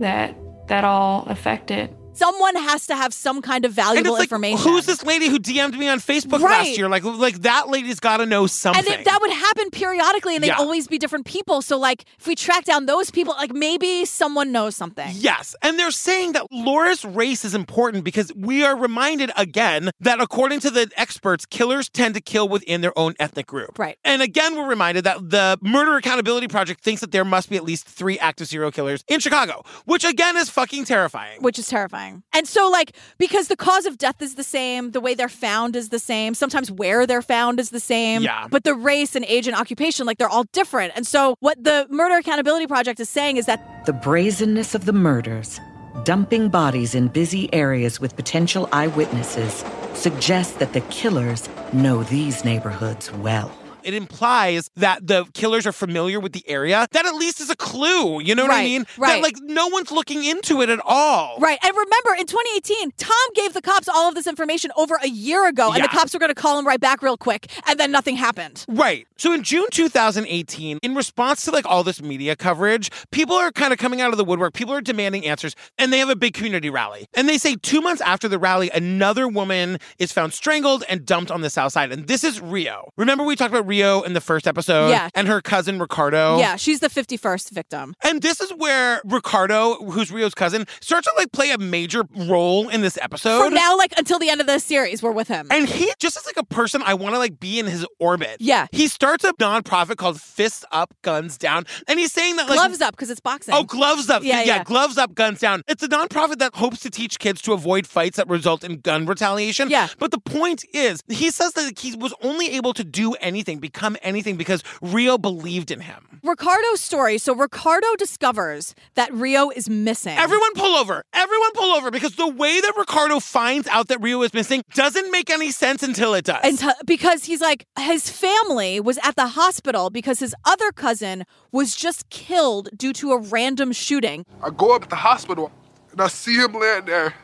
K: that that all affect it.
B: someone has to have some kind of
A: And
B: valuable
A: it's like,
B: information.
A: who's this lady who DM'd me on Facebook
B: Right.
A: last year? Like, like that lady's got to know something.
B: And it, that would happen periodically, and they'd
A: Yeah.
B: always be different people. So, like, if we track down those people, like maybe someone knows something.
A: Yes. And they're saying that Laura's race is important because we are reminded again that according to the experts, killers tend to kill within their own ethnic group.
B: Right.
A: And again, we're reminded that the Murder Accountability Project thinks that there must be at least three active serial killers in Chicago, which again is fucking terrifying.
B: which is terrifying. And so, like, because the cause of death is the same, the way they're found is the same, sometimes where they're found is the same.
A: Yeah.
B: But the race and age and occupation, like, they're all different. And so, what the Murder Accountability Project is saying is that
D: The brazenness of the murders, dumping bodies in busy areas with potential eyewitnesses, suggests that the killers know these neighborhoods well.
A: It implies that the killers are familiar with the area. That at least is a clue. You know what I
B: Right,
A: mean? That
B: right.
A: like no one's looking into it at all.
B: right. And remember, in 2018, Tom gave the cops all of this information over a year ago, and
A: Yeah.
B: the cops were going to call him right back real quick, and then nothing happened.
A: Right. So in June 2018, in response to like all this media coverage, people are kind of coming out of the woodwork. People are demanding answers, and they have a big community rally. And they say two months after the rally, another woman is found strangled and dumped on the south side. And this is Rio. Remember we talked about Rio in the first episode?
B: Yeah.
A: And her cousin Ricardo.
B: Yeah, she's the 51st victim.
A: And this is where Ricardo, who's Rio's cousin, starts to like play a major role in this episode.
B: From now, like, until the end of the series, we're with him.
A: And he just is like a person I want to like be in his orbit.
B: Yeah.
A: He starts a nonprofit called Fists Up, Guns Down. And he's saying that like
B: gloves up because it's boxing.
A: Oh, gloves up. Yeah,
B: Yeah, yeah.
A: gloves up, guns down. It's a nonprofit that hopes to teach kids to avoid fights that result in gun retaliation.
B: Yeah.
A: But the point is, he says that he was only able to do anything, become anything, because Rio believed in him.
B: Ricardo's story. So Ricardo discovers that Rio is missing.
A: Everyone pull over. Everyone pull over because the way that Ricardo finds out that Rio is missing doesn't make any sense until it does.
B: and t- because he's like his family was at the hospital because his other cousin was just killed due to a random shooting.
J: I go up at the hospital and I see him laying there.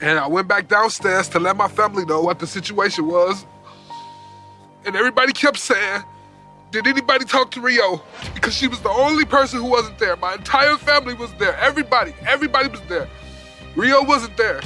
J: And I went back downstairs to let my family know what the situation was. And everybody kept saying, Did anybody talk to Rio? Because she was the only person who wasn't there. My entire family was there. Everybody, everybody was there. Rio wasn't there.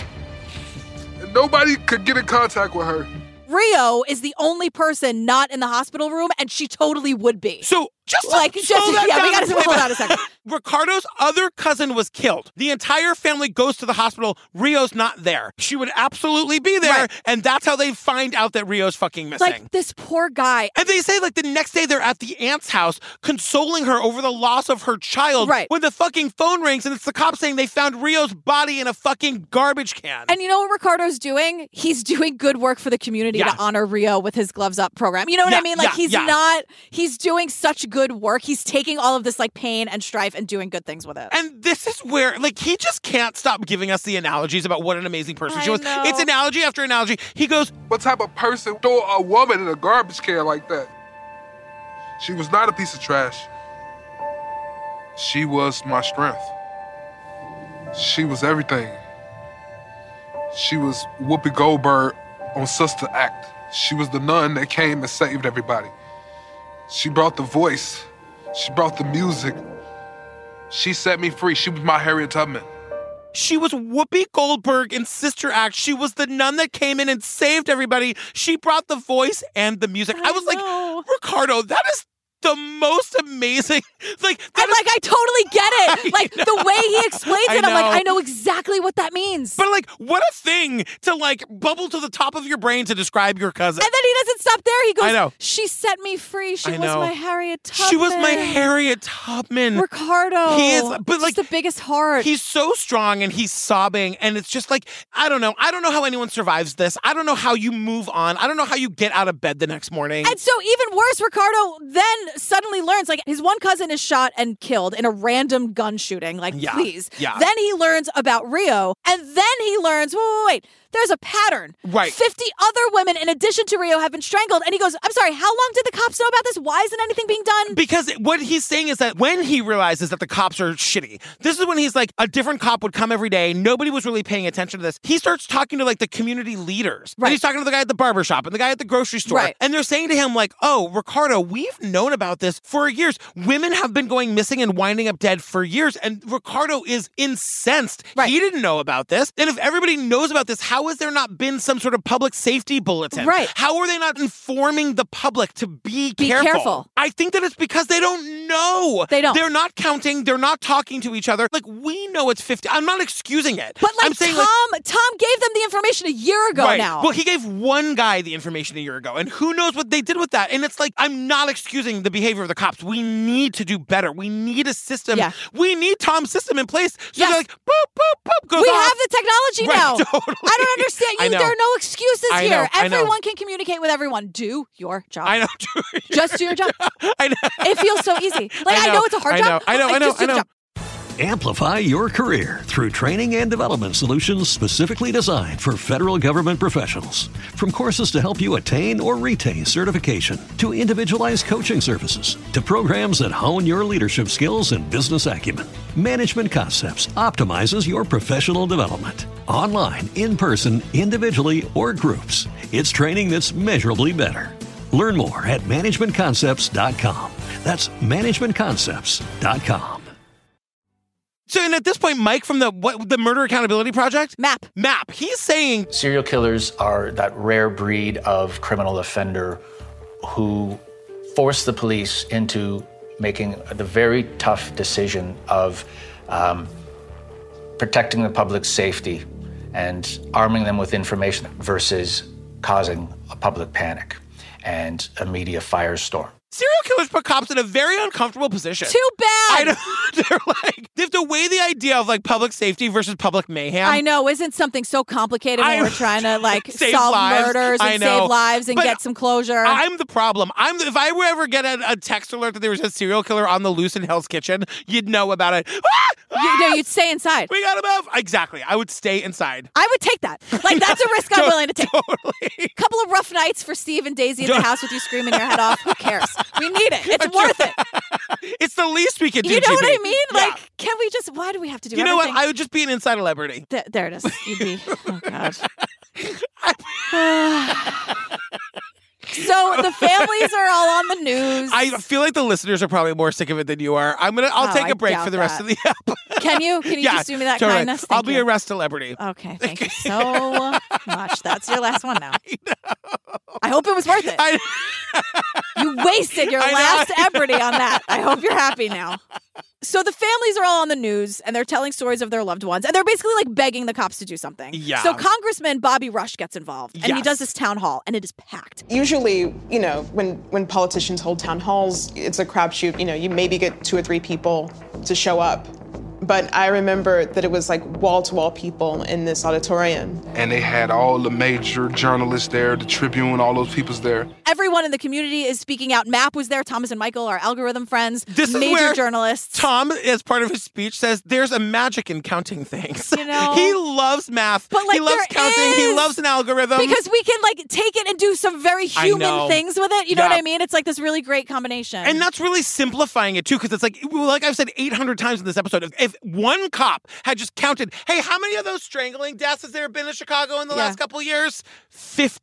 J: And nobody could get in contact with her.
B: Rio is the only person not in the hospital room, and she totally would be.
A: So Just
B: Like,
A: to
B: just-
A: slow that
B: yeah, we
A: down
B: gotta
A: and
B: slow
A: play
B: down
A: back.
B: a second.
A: Ricardo's other cousin was killed. The entire family goes to the hospital. Rio's not there. She would absolutely be there, and that's how they find out that Rio's fucking missing.
B: Like this poor guy.
A: and they say like the next day they're at the aunt's house consoling her over the loss of her child.
B: Right.
A: When the fucking phone rings and it's the cops saying they found Rio's body in a fucking garbage can.
B: And you know what Ricardo's doing? He's doing good work for the community
A: Yeah.
B: to honor Rio with his gloves up program. You know what
A: Yeah,
B: I mean? Like
A: yeah,
B: he's
A: yeah.
B: not he's doing such good work. He's taking all of this like pain and strife and doing good things with it.
A: And this is where, like, he just can't stop giving us the analogies about what an amazing person she
B: I
A: was.
B: know.
A: It's analogy after analogy. He goes,
J: What type of person throw a woman in a garbage can like that? She was not a piece of trash. She was my strength. She was everything. She was Whoopi Goldberg on Sister Act. She was the nun that came and saved everybody. She brought the voice. She brought the music. She set me free. She was my Harriet Tubman.
A: She was Whoopi Goldberg in Sister Act. She was the nun that came in and saved everybody. She brought the voice and the music. I, was like, Ricardo, that is the most amazing. Like, that
B: And like I totally get it. Like the way he explains
A: I
B: it, I'm
A: know.
B: like, I know exactly what that means.
A: but like, what a thing to like bubble to the top of your brain to describe your cousin.
B: and then he doesn't stop there. He goes,
A: I know.
B: She set me free. She
A: I
B: was
A: know.
B: my Harriet Tubman.
A: she was my Harriet Tubman.
B: Ricardo.
A: He is- but,
B: Just
A: like,
B: the biggest heart.
A: He's so strong and he's sobbing. And it's just like, I don't know. I don't know how anyone survives this. I don't know how you move on. I don't know how you get out of bed the next morning.
B: And so, even worse, Ricardo then suddenly learns like his one cousin is shot and killed in a random gun shooting. Like,
A: Yeah,
B: please.
A: yeah.
B: Then he learns about Rio, and then he learns wait, wait, wait, there's a pattern.
A: Right.
B: 50 other women, in addition to Rio, have been strangled. And he goes, I'm sorry, how long did the cops know about this? Why isn't anything being done?
A: because what he's saying is that when he realizes that the cops are shitty, this is when he's like, a different cop would come every day. Nobody was really paying attention to this. He starts talking to like the community leaders. And he's talking to the guy at the barber shop and the guy at the grocery store.
B: Right.
A: And they're saying to him, like, oh, Ricardo, we've known about this for years. Women have been going missing and winding up dead for years. And Ricardo is incensed. He didn't know about this. And if everybody knows about this, how has there not been some sort of public safety bulletin?
B: Right.
A: How are they not informing the public to be,
B: Be careful.
A: I think that it's because they don't know.
B: They don't.
A: They're not counting. They're not talking to each other. Like we know it's fifty. I'm not excusing it.
B: But like
A: I'm saying,
B: Tom, Tom gave them the information a year ago
A: right.
B: now.
A: Well, he gave one guy the information a year ago, and who knows what they did with that? And it's like I'm not excusing the behavior of the cops. We need to do better. We need a system.
B: Yeah.
A: We need Tom's system in place. So
B: Yes.
A: they're like boop boop boop goes
B: we
A: off.
B: have the technology
A: Right,
B: now.
A: totally.
B: I don't understand.
A: I
B: You,
A: know.
B: there are no excuses
A: I know,
B: here.
A: I know.
B: Everyone can communicate with everyone. Do your job.
A: I know.
B: Just do your job.
A: I know.
B: It feels so easy. Like I know, it's a hard
L: I
B: job.
L: know, I know,
B: Like,
L: I know,
B: just do
L: I
B: the
L: know.
B: job.
L: Amplify your career through training and development solutions specifically designed for federal government professionals. From courses to help you attain or retain certification, to individualized coaching services, to programs that hone your leadership skills and business acumen, Management Concepts optimizes your professional development. Online, in person, individually, or groups, it's training that's measurably better. Learn more at managementconcepts.com. That's managementconcepts.com.
A: So and at this point, Mike from the what the Murder Accountability Project
B: map
A: map he's saying
F: Serial killers are that rare breed of criminal offender who force the police into making the very tough decision of um, protecting the public's safety and arming them with information versus causing a public panic and a media firestorm.
A: serial killers put cops in a very uncomfortable position.
B: Too
A: I
B: bad.
A: know. They're like they have to weigh the idea of like public safety versus public mayhem.
B: I know, isn't something so complicated when
A: I-
B: we're trying to like
A: Save
B: solve
A: lives.
B: murders
A: I
B: and
A: know.
B: save lives and
A: But
B: get some closure?
A: I'm the problem. I'm the, if I were ever get a, a text alert that there was a serial killer on the loose in Hell's Kitchen, you'd know about it. Ah!
B: you, no, you'd stay inside.
A: We got above. Exactly. I would stay inside.
B: I would take that. Like that's a risk I'm
A: Tot-
B: willing to take.
A: Totally.
B: Couple of rough nights for Steve and Daisy in the
A: Don't-
B: house with you screaming your head off. Who cares? We need it. It's worth it.
A: It's the least we could do.
B: You know what I
A: GB.
B: mean?
A: Yeah.
B: Like, can we just? Why do we have to do?
A: you know what?
B: everything?
A: I would just be an inside celebrity.
B: Th- there it is. You'd be. Oh God. so the families are all on the news.
A: I feel like the listeners are probably more sick of it than you are. I'm gonna. I'll
B: Oh,
A: take a
B: I
A: break for
B: doubt
A: the rest
B: that.
A: of the app.
B: Can you? Can you
A: yeah,
B: just do me that
A: totally.
B: kindness?
A: I'll
B: Thank
A: be
B: you.
A: a rest celebrity.
B: Okay, thank you so much. That's your last one now. I, hope it was worth it.
A: I-
B: You will wasted your
A: I know.
B: last ebony on that. I hope you're happy now. So the families are all on the news and they're telling stories of their loved ones and they're basically like begging the cops to do something.
G: Yeah.
B: So Congressman Bobby Rush gets involved and he
G: Yes.
B: does this town hall and it is packed.
G: Usually, you know, when, when politicians hold town halls, it's a crapshoot. You know, you maybe get two or three people to show up. But I remember that it was like wall to wall people in this auditorium.
J: And they had all the major journalists there, the Tribune, all those people's there.
B: Everyone in the community is speaking out. Map was there, Thomas and Michael, our algorithm friends,
A: This is
B: major
A: where
B: journalists.
A: Tom, as part of his speech, says there's a magic in counting things.
B: You know?
A: he loves math.
B: But like
A: he loves
B: there
A: counting. He
B: is-
A: loves an algorithm.
B: Because we can like take it and do some very
A: I
B: human
A: know.
B: things with it. You know
A: Yeah.
B: what I mean? It's like this really great combination.
A: And that's really simplifying it too, because it's like, well, like I've said 800 times in this episode, if, if one cop had just counted, hey, how many of those strangling deaths has there been in Chicago in the
B: Yeah.
A: last couple years?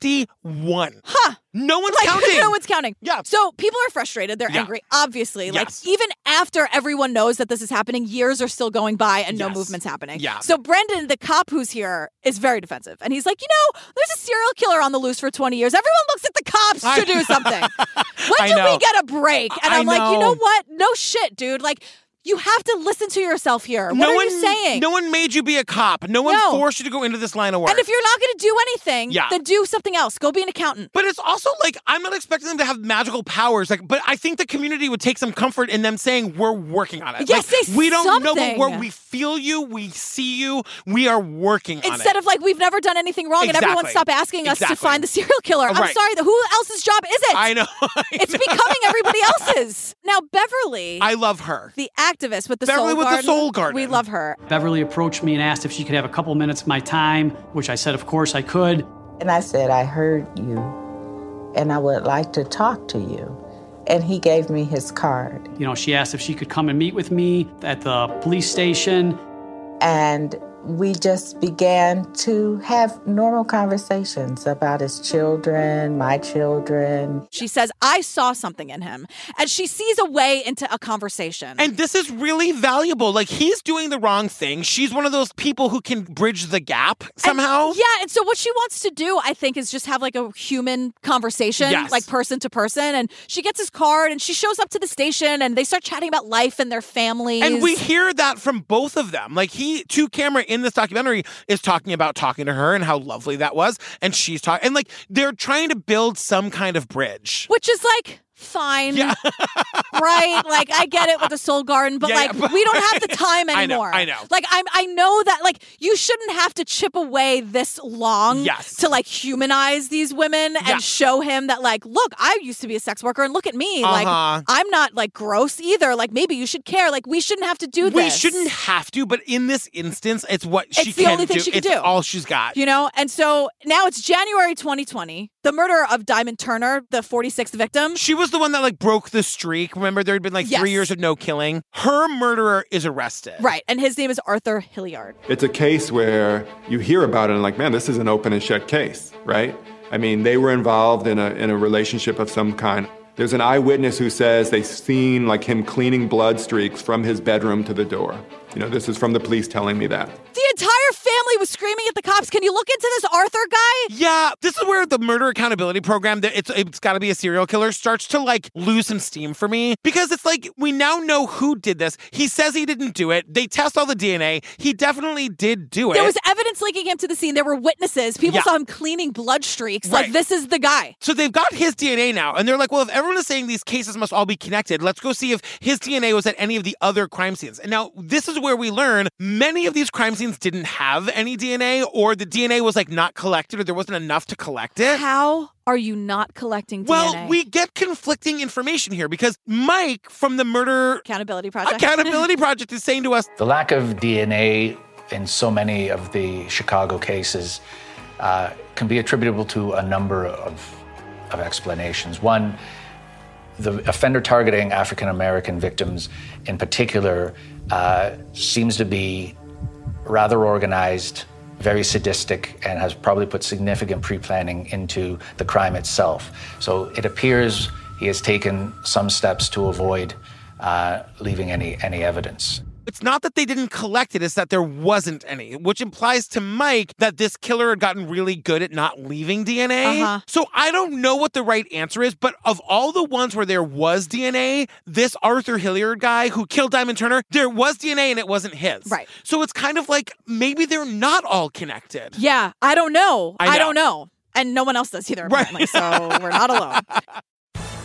A: 51. Huh. No one's
B: like,
A: counting.
B: No one's counting.
A: Yeah.
B: So people are frustrated. They're
A: Yeah.
B: angry, obviously.
A: Yes.
B: Like, even after everyone knows that this is happening, years are still going by and no
A: Yes.
B: movement's happening.
A: Yeah.
B: So Brendan, the cop who's here, is very defensive. And he's like, you know, there's a serial killer on the loose for 20 years. Everyone looks at the cops
A: I-
B: to do something.
A: I
B: when do
A: know.
B: we get a break? And
A: I
B: I'm like, you know
A: know.
B: what? No shit, dude. Like, you have to listen to yourself here. What
A: no
B: are
A: one,
B: you saying?
A: No one made you be a cop. No one
B: No.
A: forced you to go into this line of work.
B: and if you're not going to do anything,
A: Yeah.
B: then do something else. Go be an accountant.
A: But it's also like I'm not expecting them to have magical powers. Like, but I think the community would take some comfort in them saying we're working on it.
B: Yes,
A: like,
B: say
A: we don't
B: something.
A: know, but we're, we feel you, we see you, we are working on it.
B: Instead of like we've never done anything wrong and everyone
A: Exactly.
B: stop asking us
A: Exactly.
B: to find the serial killer. I'm
A: Right.
B: sorry, who else's job is it?
A: I know.
B: it's becoming everybody else's. Now Beverly,
A: I love her.
B: the activist with the
H: Beverly
B: soul
H: with the
B: garden,
H: soul garden.
B: We love her.
H: Beverly approached me and asked if she could have a couple minutes of my time, which I said, of course I could.
D: And I said, I heard you, and I would like to talk to you. And he gave me his card.
H: You know, she asked if she could come and meet with me at the police station.
D: And we just began to have normal conversations about his children, my children.
B: She says, "I saw something in him," and she sees a way into a conversation.
A: And this is really valuable. Like he's doing the wrong thing. She's one of those people who can bridge the gap somehow.
B: Yeah, and so what she wants to do, I think, is just have like a human conversation,
A: Yes.
B: like person to person. And she gets his card, and she shows up to the station, and they start chatting about life and their families.
A: And we hear that from both of them. Like he to camera in this documentary is talking about talking to her and how lovely that was, and she's talking and like they're trying to build some kind of bridge.
B: which is like fine right like i get it with the soul garden but
A: Yeah, yeah,
B: like
A: but-
B: we don't have the time
A: I know,
B: anymore
A: I know.
B: like i'm i know that like you shouldn't have to chip away this long
A: Yes.
B: to like humanize these women
A: Yeah.
B: and show him that like look i used to be a sex worker and look at me
A: Uh-huh.
B: like i'm not like gross either like maybe you should care like we shouldn't have to do
A: We
B: this
A: shouldn't have to, but in this instance, it's what she
B: It's the
A: can
B: only thing
A: do.
B: she can
A: it's
B: do.
A: all she's got.
B: You know, and so now it's January 2020. The murder of Diamond Turner, the 46th victim,
A: She was the one that like broke the streak. Remember, there had been like three
B: Yes.
A: years of no killing. Her murderer is arrested.
B: right? And his name is Arthur Hilliard.
I: It's a case where you hear about it and like, man, this is an open and shut case, right? I mean, they were involved in a in a relationship of some kind. There's an eyewitness who says they've seen like him cleaning blood streaks from his bedroom to the door. You know, this is from the police telling me that.
B: The entire family was screaming at the cops. Can you look into this Arthur guy?
A: Yeah, this is where the murder accountability program that it's it's got to be a serial killer starts to like lose some steam for me because it's like we now know who did this. He says he didn't do it. They test all the DNA. He definitely did do it.
B: There was evidence linking him to the scene. There were witnesses. People
A: Yeah.
B: saw him cleaning blood streaks.
A: Right.
B: Like this is the guy.
A: so they've got his DNA now, and they're like, well, if everyone is saying these cases must all be connected, let's go see if his DNA was at any of the other crime scenes. And now this is where we learn many of these crime scenes didn't have any DNA, or the DNA was like not collected, or there wasn't enough to collect it.
B: How are you not collecting DNA?
A: Well, we get conflicting information here because Mike from the Murder
B: accountability project.
A: Accountability Project is saying to us,
F: The lack of DNA in so many of the Chicago cases uh, can be attributable to a number of, of explanations. One, the offender targeting African American victims in particular uh, seems to be rather organized, very sadistic, and has probably put significant pre planning into the crime itself. So it appears he has taken some steps to avoid uh, leaving any, any evidence.
A: It's not that they didn't collect it, it's that there wasn't any, which implies to Mike that this killer had gotten really good at not leaving DNA.
B: Uh-huh.
A: So I don't know what the right answer is, but of all the ones where there was DNA, this Arthur Hilliard guy who killed Diamond Turner, there was DNA and it wasn't his.
B: Right.
A: So it's kind of like maybe they're not all connected.
B: Yeah, I don't know.
A: I
B: I, don't know. And no one else does either, apparently. So we're not alone.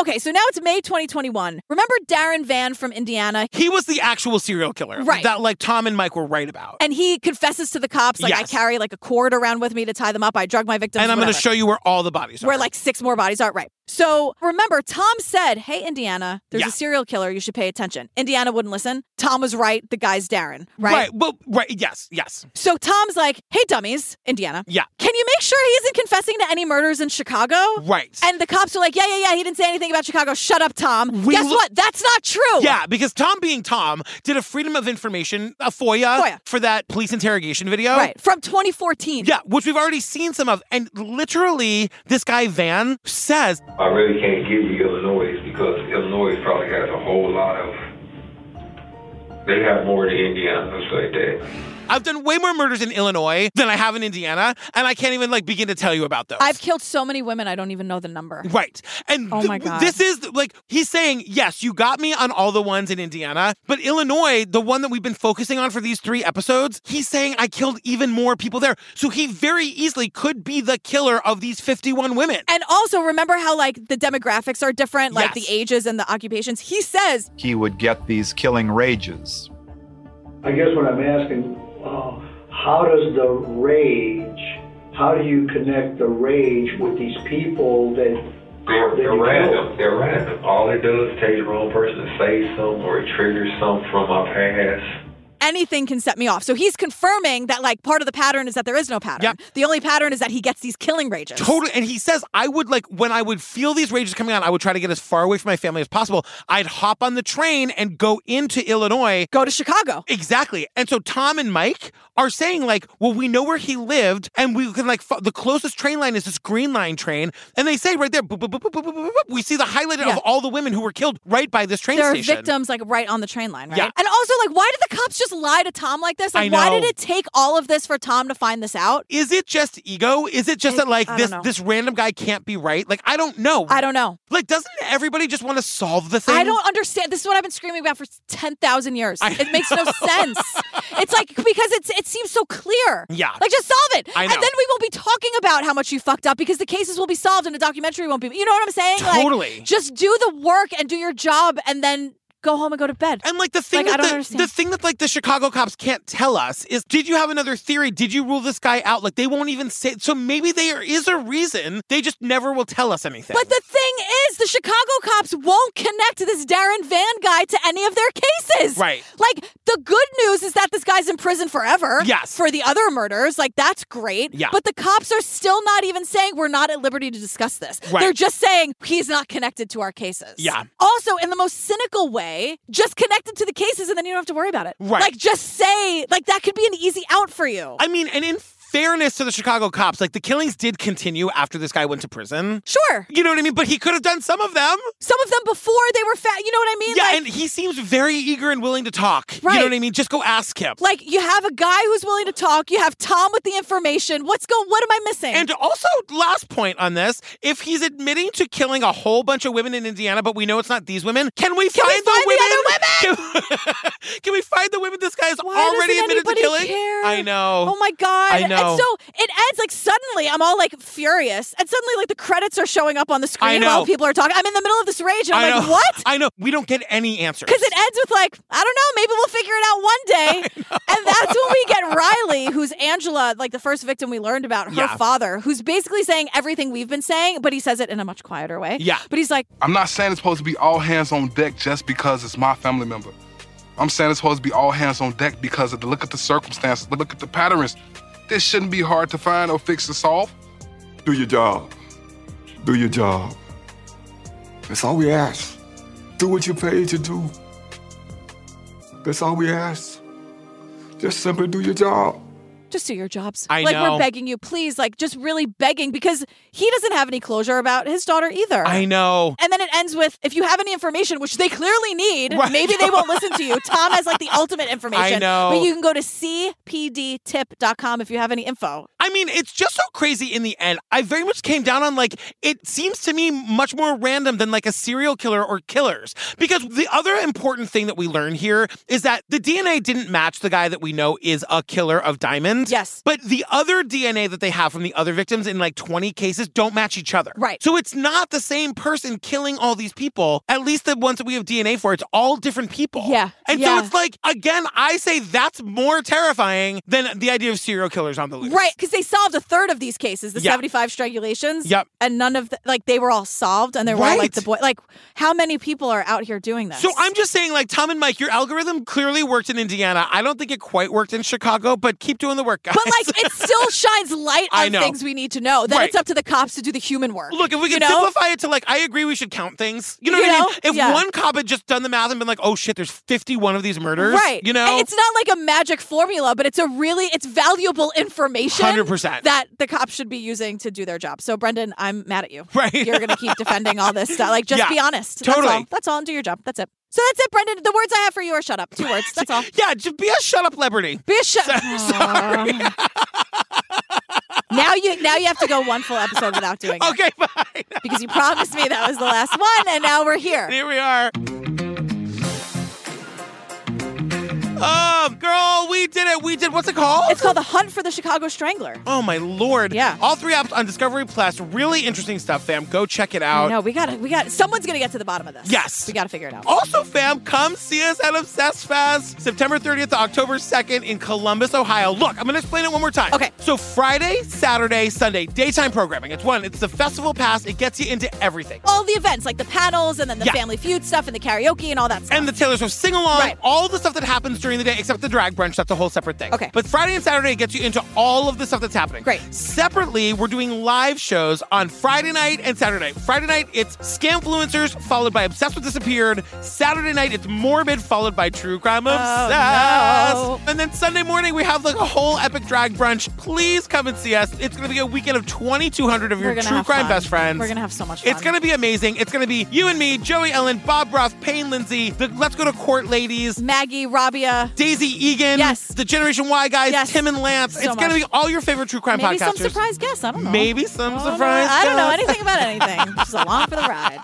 B: Okay, so now it's May 2021. Remember Darren Van from Indiana?
A: He was the actual serial killer
B: Right.
A: that like Tom and Mike were right about.
B: And he confesses to the cops, like, I
A: Yes.
B: carry like a cord around with me to tie them up. I drug my victims.
A: And I'm going to
B: whatever."
A: show you where all the bodies are.
B: Where like six more bodies are. Right. So remember, Tom said, Hey, Indiana, there's
A: Yeah.
B: a serial killer. You should pay attention. Indiana wouldn't listen. Tom was right. The guy's Darren. Right.
A: Right. Well, right. Yes. Yes.
B: So Tom's like, Hey, dummies, Indiana.
A: Yeah.
B: Can you make sure he isn't confessing to any murders in Chicago?
A: Right.
B: And the cops are like, Yeah, yeah, yeah. He didn't say anything about Chicago. Shut up, Tom.
A: We
B: Guess
A: lo-
B: what? That's not true.
A: Yeah, because Tom being Tom did a Freedom of Information, a FOIA,
B: FOIA.
A: for that police interrogation video.
B: Right. From 2014.
A: Yeah, which we've already seen some of. And literally, this guy, Van, says,
E: I really can't give you Illinois because Illinois probably has a whole lot of. They have more than Indiana, let's say that.
A: I've done way more murders in Illinois than I have in Indiana, and I can't even like begin to tell you about those.
B: I've killed so many women, I don't even know the number.
A: Right. And
B: Oh
A: th-
B: my God.
A: this is like he's saying, yes, you got me on all the ones in Indiana, but Illinois, the one that we've been focusing on for these three episodes, he's saying I killed even more people there. So he very easily could be the killer of these 51 women.
B: And also, remember how like the demographics are different,
A: Yes.
B: like the ages and the occupations. He says,
C: He would get these killing rages.
M: I guess what I'm asking, uh, how does the rage, how do you connect the rage with these people that
E: They're,
M: that
E: they're
M: you
E: random. They're random. All it does is take the wrong person to say something or it triggers something from my past.
B: anything can set me off. So he's confirming that like part of the pattern is that there is no pattern.
A: Yep.
B: The only pattern is that he gets these killing rages.
A: Totally. And he says, I would like, when I would feel these rages coming on, I would try to get as far away from my family as possible. I'd hop on the train and go into Illinois.
B: Go to Chicago.
A: Exactly. And so Tom and Mike are saying, like, well, we know where he lived, and we can, like, fo- the closest train line is this Green Line train. And they say right there, boop, boop, boop, boop, boop, boop, boop, boop, we see the highlight
B: Yeah.
A: of all the women who were killed right by this train
B: There are
A: station.
B: victims like right on the train line, right?
A: Yeah.
B: And also, like, why did the cops just lie to Tom like this? Like,
A: I
B: why
A: know.
B: did it take all of this for Tom to find this out?
A: Is it just ego? Is it just
B: It-
A: that like
B: I don't
A: this
B: know.
A: this random guy can't be right? Like I don't know.
B: I don't know.
A: like doesn't everybody just want to solve the thing?
B: I don't understand. This is what I've been screaming about for ten thousand years.
A: I
B: it makes no sense. It's like because it's it seems so clear.
A: Yeah.
B: like just solve it,
A: I
B: and
A: know.
B: then we will be talking about how much you fucked up because the cases will be solved and the documentary won't be. You know what I'm saying? Like,
A: Totally.
B: just do the work and do your job, and then go home and go to bed.
A: And like the thing
B: Like, I
A: that
B: don't
A: the,
B: understand.
A: the thing that like the Chicago cops can't tell us is did you have another theory? Did you rule this guy out? Like they won't even say so maybe there is a reason they just never will tell us anything.
B: But the thing is, the Chicago cops won't connect this Darren Van guy to any of their cases.
A: Right.
B: Like, the good news is that this guy's in prison forever.
A: Yes.
B: For the other murders. Like, that's great.
A: Yeah.
B: But the cops are still not even saying we're not at liberty to discuss this.
A: Right.
B: They're just saying he's not connected to our cases.
A: Yeah.
B: Also, in the most cynical way, just connect him to the cases and then you don't have to worry about it.
A: Right.
B: Like, just say, like, that could be an easy out for you.
A: I mean, and in fairness to the Chicago cops, like the killings did continue after this guy went to prison.
B: sure.
A: You know what I mean? But he could have done some of them.
B: Some of them before they were fat. You know what I mean?
A: Yeah,
B: Like-
A: and he seems very eager and willing to talk. You
B: Right.
A: know what I mean? Just go ask him.
B: Like you have a guy who's willing to talk. You have Tom with the information. What's going? What am I missing?
A: And also, last point on this: if he's admitting to killing a whole bunch of women in Indiana, but we know it's not these women, can we
B: Can
A: find,
B: we find
A: the women? Can, can we find the women this guy has
B: Why
A: already
B: doesn't
A: admitted to
B: anybody
A: killing?
B: care?
A: I know.
B: Oh my god!
A: I know.
B: And so it ends like suddenly I'm all like furious, and suddenly like the credits are showing up on the
A: I
B: screen
A: know.
B: while people are talking. I'm in the middle of this rage, and I'm
A: I
B: like,
A: know.
B: what?
A: I know. We don't get any answers.
B: Because it ends with like I don't know, maybe we'll figure it out one day, and that's when we get Riley, who's Angela, like the first victim we learned about, her
J: Yeah.
B: father, who's basically saying everything we've been saying, but he says it in a much quieter way.
J: Yeah.
B: but he's like,
J: I'm not saying it's supposed to be all hands on deck just because it's my family member. I'm saying it's supposed to be all hands on deck because of the look at the circumstances, look at the patterns. This shouldn't be hard to find or fix or solve.
I: Do your job. Do your job. That's all we ask. Do what you're paid to do. That's all we ask. Just simply do your job.
B: Just do your jobs.
I: I
B: like
I: know.
B: we're begging you, please, like just really begging because he doesn't have any closure about his daughter either.
A: I know.
B: And then it ends with if you have any information, which they clearly need, maybe they won't listen to you. Tom has like the ultimate information.
A: I know.
B: But you can go to cpdtip.com if you have any info.
A: I mean, it's just so crazy in the end. I very much came down on like, it seems to me much more random than like a serial killer or killers. Because the other important thing that we learn here is that the DNA didn't match the guy that we know is a killer of diamonds.
B: Yes.
A: But the other DNA that they have from the other victims in like 20 cases don't match each other.
B: Right.
A: So it's not the same person killing all these people, at least the ones that we have DNA for. It's all different people.
B: Yeah.
A: And so
B: Yeah.
A: it's like, again, I say that's more terrifying than the idea of serial killers on the loose.
B: Right, because they solved a third of these cases, the
A: Yeah.
B: 75 strangulations.
A: Yep.
B: And none of the, like they were all solved and they were all like
A: Right.
B: the boy like how many people are out here doing this?
A: So I'm just saying, like, Tom and Mike, your algorithm clearly worked in Indiana. I don't think it quite worked in Chicago, but keep doing the work, guys.
B: but like it still shines light
A: I
B: on
A: know.
B: things we need to know. Then
A: Right.
B: it's up to the cops to do the human work.
A: Look, if we
B: you
A: can
B: know?
A: simplify it to like, I agree we should count things. You know
B: You
A: what I
B: know?
A: mean? If
B: Yeah.
A: one cop had just done the math and been like, oh shit, there's 51 of these murders.
B: Right.
A: You know?
B: And it's not like a magic formula, but it's a really it's valuable information
A: 100%.
B: that the cops should be using to do their job. So Brendan, I'm mad at you.
A: Right.
B: You're gonna keep defending all this stuff. Like just
A: Yeah.
B: be honest. That's all.
A: Totally.
B: That's all and do your job. That's it. So that's it, Brendan. The words I have for you are shut up. Two words. That's all.
A: yeah, just be a shut up liberty.
B: Be a shut Sorry. now you now you have to go one full episode without doing it.
A: Okay, fine.
B: Because you promised me that was the last one, and now we're here.
A: Here we are. Um, girl, we did it. We did. What's it called?
B: It's called The Hunt for the Chicago Strangler.
A: Oh my lord!
B: Yeah.
A: all three apps on Discovery Plus. Really interesting stuff, fam. Go check it out.
B: No, we gotta we got someone's gonna get to the bottom of this.
A: Yes.
B: We gotta figure it out.
A: Also, fam, come see us at Obsessed Fest, September 30th to October 2nd in Columbus, Ohio. Look, I'm going to explain it one more time. Okay. So Friday, Saturday, Sunday, daytime programming. It's one. It's the festival pass. It gets you into everything.
B: All the events, like the panels and then the family feud stuff and the karaoke and all that stuff.
A: And the Taylor Swift sing along,
B: Right.
A: all the stuff that happens during the day, except the drag brunch. That's a whole separate thing.
B: Okay.
A: But Friday and Saturday gets you into all of the stuff that's happening. Great. Separately, we're doing live shows on Friday night and Saturday night. Friday night, it's Scamfluencers, followed by Obsessed with Disappeared. Saturday night, it's Morbid, followed by True Crime Obsessed.
B: Oh, no.
A: And then Sunday morning, we have like a whole epic drag brunch. Please come and see us. It's going to be a weekend of 2,200 of
B: We're
A: your
B: gonna
A: true
B: have
A: crime
B: fun.
A: best friends.
B: We're gonna have so much fun.
A: It's going to be amazing. It's going to be you and me, Joey Ellen, Bob Roth, Payne Lindsay, the Let's Go to Court ladies,
B: Maggie, Rabia,
A: Daisy Egan, yes. the Generation Y guys, Tim and Lance. it's going to be
B: much.
A: all your favorite true crime
B: Maybe
A: podcasters.
B: some surprise guests. I don't know.
A: Maybe some
B: I don't know.
A: surprise
B: I don't know
A: guests.
B: anything about anything. Just along for the ride.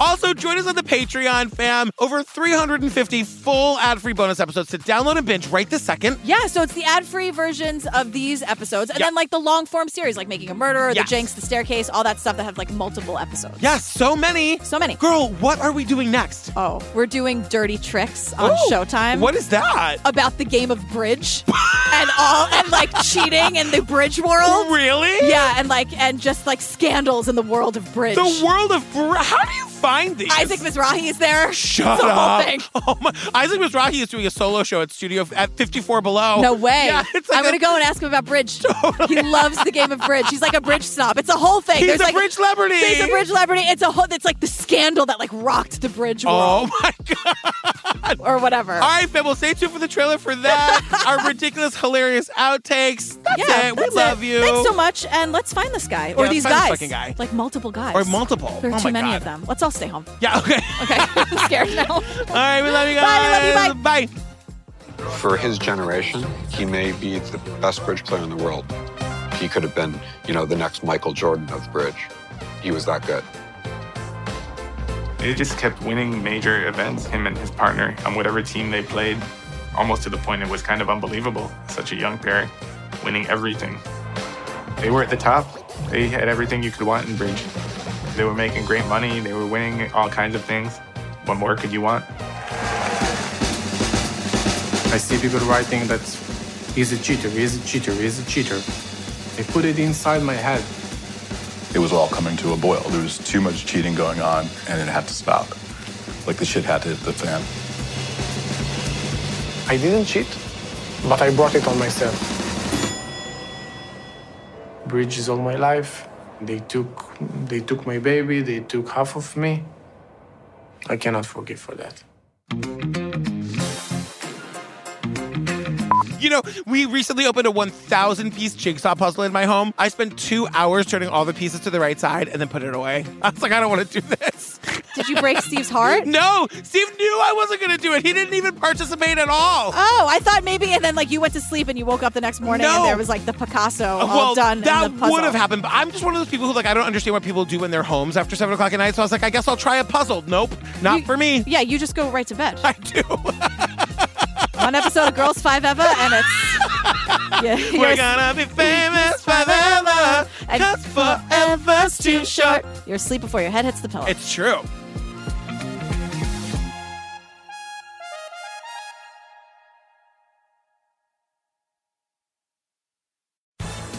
A: Also, join us on the Patreon, fam. Over 350 full ad-free bonus episodes to download and binge right this second.
B: Yeah, so it's the ad-free versions of these episodes, and
A: Yeah.
B: then like the long-form series, like Making a Murderer,
A: Yes.
B: The Jinx, The Staircase, all that stuff that have like multiple episodes.
A: Yes, so many.
B: So many.
A: Girl, what are we doing next?
B: Oh, we're doing Dirty Tricks on
A: Oh,
B: Showtime.
A: what is that?
B: About the game of bridge and all and like cheating in the bridge world.
A: Really?
B: Yeah, and like and just like scandals in the world of bridge.
A: The world of... Br- How do you find these?
B: Isaac Mizrahi is there.
A: Shut
B: It's a whole
A: up.
B: thing.
A: Oh my. Isaac Mizrahi is doing a solo show at Studio at 54 Below.
B: No way.
A: Oh, Yeah, it's like
B: I'm going to go and ask him about bridge. He loves the game of bridge. He's like a bridge snob. It's a whole thing.
A: He's
B: There's
A: a
B: like,
A: bridge celebrity.
B: He's a bridge celebrity. It's a whole. It's like the scandal that like rocked the bridge
A: Oh
B: world my god. Or whatever.
A: All right, fam. Well, stay tuned for the trailer for that. Our ridiculous, hilarious outtakes. That's
B: yeah,
A: it.
B: that's
A: we love you.
B: Thanks so much, and let's find this guy or
A: Yeah,
B: these
A: let's
B: guys.
A: find this fucking guy.
B: Like multiple guys.
A: Or multiple.
B: There are
A: Oh
B: too
A: my
B: many
A: God.
B: of them. Let's all stay home.
A: Yeah. Okay.
B: Okay. I'm scared now.
A: All right. We love you
B: Bye.
A: guys.
B: Love you. Bye.
A: Bye.
N: For his generation, he may be the best bridge player in the world. He could have been, you know, the next Michael Jordan of bridge. He was that good.
O: They just kept winning major events, him and his partner, on whatever team they played, almost to the point it was kind of unbelievable. Such a young pair, winning everything. They were at the top. They had everything you could want in bridge. They were making great money. They were winning all kinds of things. What more could you want? I see people writing that he's a cheater, he's a cheater, he's a cheater. They put it inside my head.
P: It was all coming to a boil. There was too much cheating going on, and it had to stop. Like the shit had to hit the fan.
Q: I didn't cheat, but I brought it on myself. Bridge is all my life. They took, they took my baby. They took half of me. I cannot forgive for that.
A: You know, we recently opened a 1,000 piece jigsaw puzzle in my home. I spent two hours turning all the pieces to the right side and then put it away. I was like, I don't want to do this.
B: Did you break Steve's heart?
A: No, Steve knew I wasn't going to do it. He didn't even participate at all.
B: Oh, I thought maybe, and then like you went to sleep and you woke up the next morning
A: No.
B: and there was like the Picasso
A: Uh,
B: all Oh, done. and
A: That
B: the puzzle.
A: would have happened, but I'm just one of those people who like I don't understand what people do in their homes after seven o'clock at night. So I was like, I guess I'll try a puzzle. Nope, not for me.
B: Yeah, you just go right to bed.
A: I do.
B: One episode of Girls Five Eva, and it's yeah,
A: We're gonna be famous forever.
B: Cause forever's too short. You're asleep before your head hits the pillow.
A: It's true.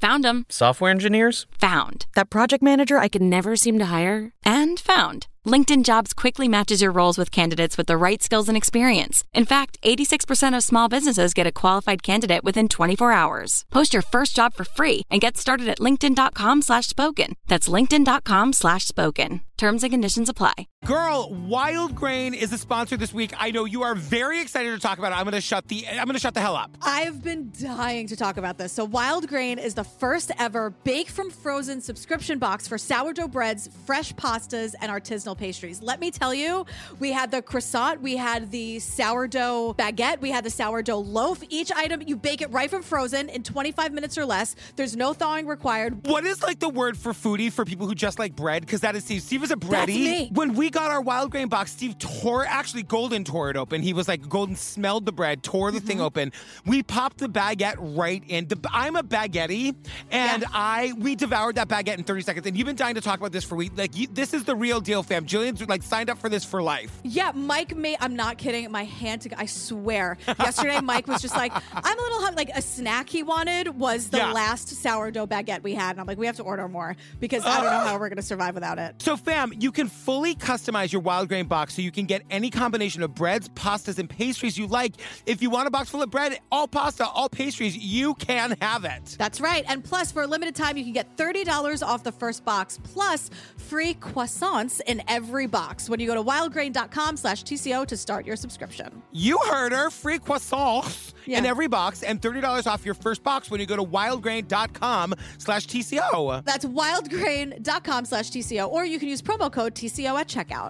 R: Found them.
S: Software engineers?
R: Found. That project manager I could never seem to hire? And found. LinkedIn Jobs quickly matches your roles with candidates with the right skills and experience. In fact, 86% of small businesses get a qualified candidate within 24 hours. Post your first job for free and get started at linkedin.com slash spoken. That's linkedin.com slash spoken. Terms and conditions apply.
A: Girl, Wild Grain is the sponsor this week. I know you are very excited to talk about it. I'm gonna shut the I'm gonna shut the hell up.
B: I've been dying to talk about this. So, Wild Grain is the first ever bake from frozen subscription box for sourdough breads, fresh pastas, and artisanal pastries. Let me tell you, we had the croissant, we had the sourdough baguette, we had the sourdough loaf. Each item, you bake it right from frozen in 25 minutes or less. There's no thawing required.
A: What is like the word for foodie for people who just like bread? Because that is Steve. Steve is a bready.
B: me.
A: When we got our wild grain box, Steve tore actually Golden tore it open. He was like Golden smelled the bread, tore the thing open. We popped the baguette right in. The, I'm a baguette, and I we devoured that baguette in 30 seconds. And you've been dying to talk about this for weeks. Like you, this is the real deal, fam. Jillian's like signed up for this for life.
B: Yeah, Mike made. I'm not kidding. My hand to. I swear. Yesterday, Mike was just like, I'm a little hungry. Like a snack he wanted was the
A: Yeah.
B: last sourdough baguette we had, and I'm like, we have to order more because I don't know how we're gonna survive without it.
A: So, fam, you can fully customize your wild grain box so you can get any combination of breads, pastas, and pastries you like. If you want a box full of bread, all pasta, all pastries, you can have it.
B: That's right. And plus, for a limited time, you can get $30 off the first box, plus free croissants in every box when you go to wildgrain.com slash TCO to start your subscription.
A: You heard her. Free croissants in
B: Yeah.
A: every box and $30 off your first box when you go to wildgrain.com slash TCO.
B: That's wildgrain.com slash TCO, or you can use promo code TCO at checkout.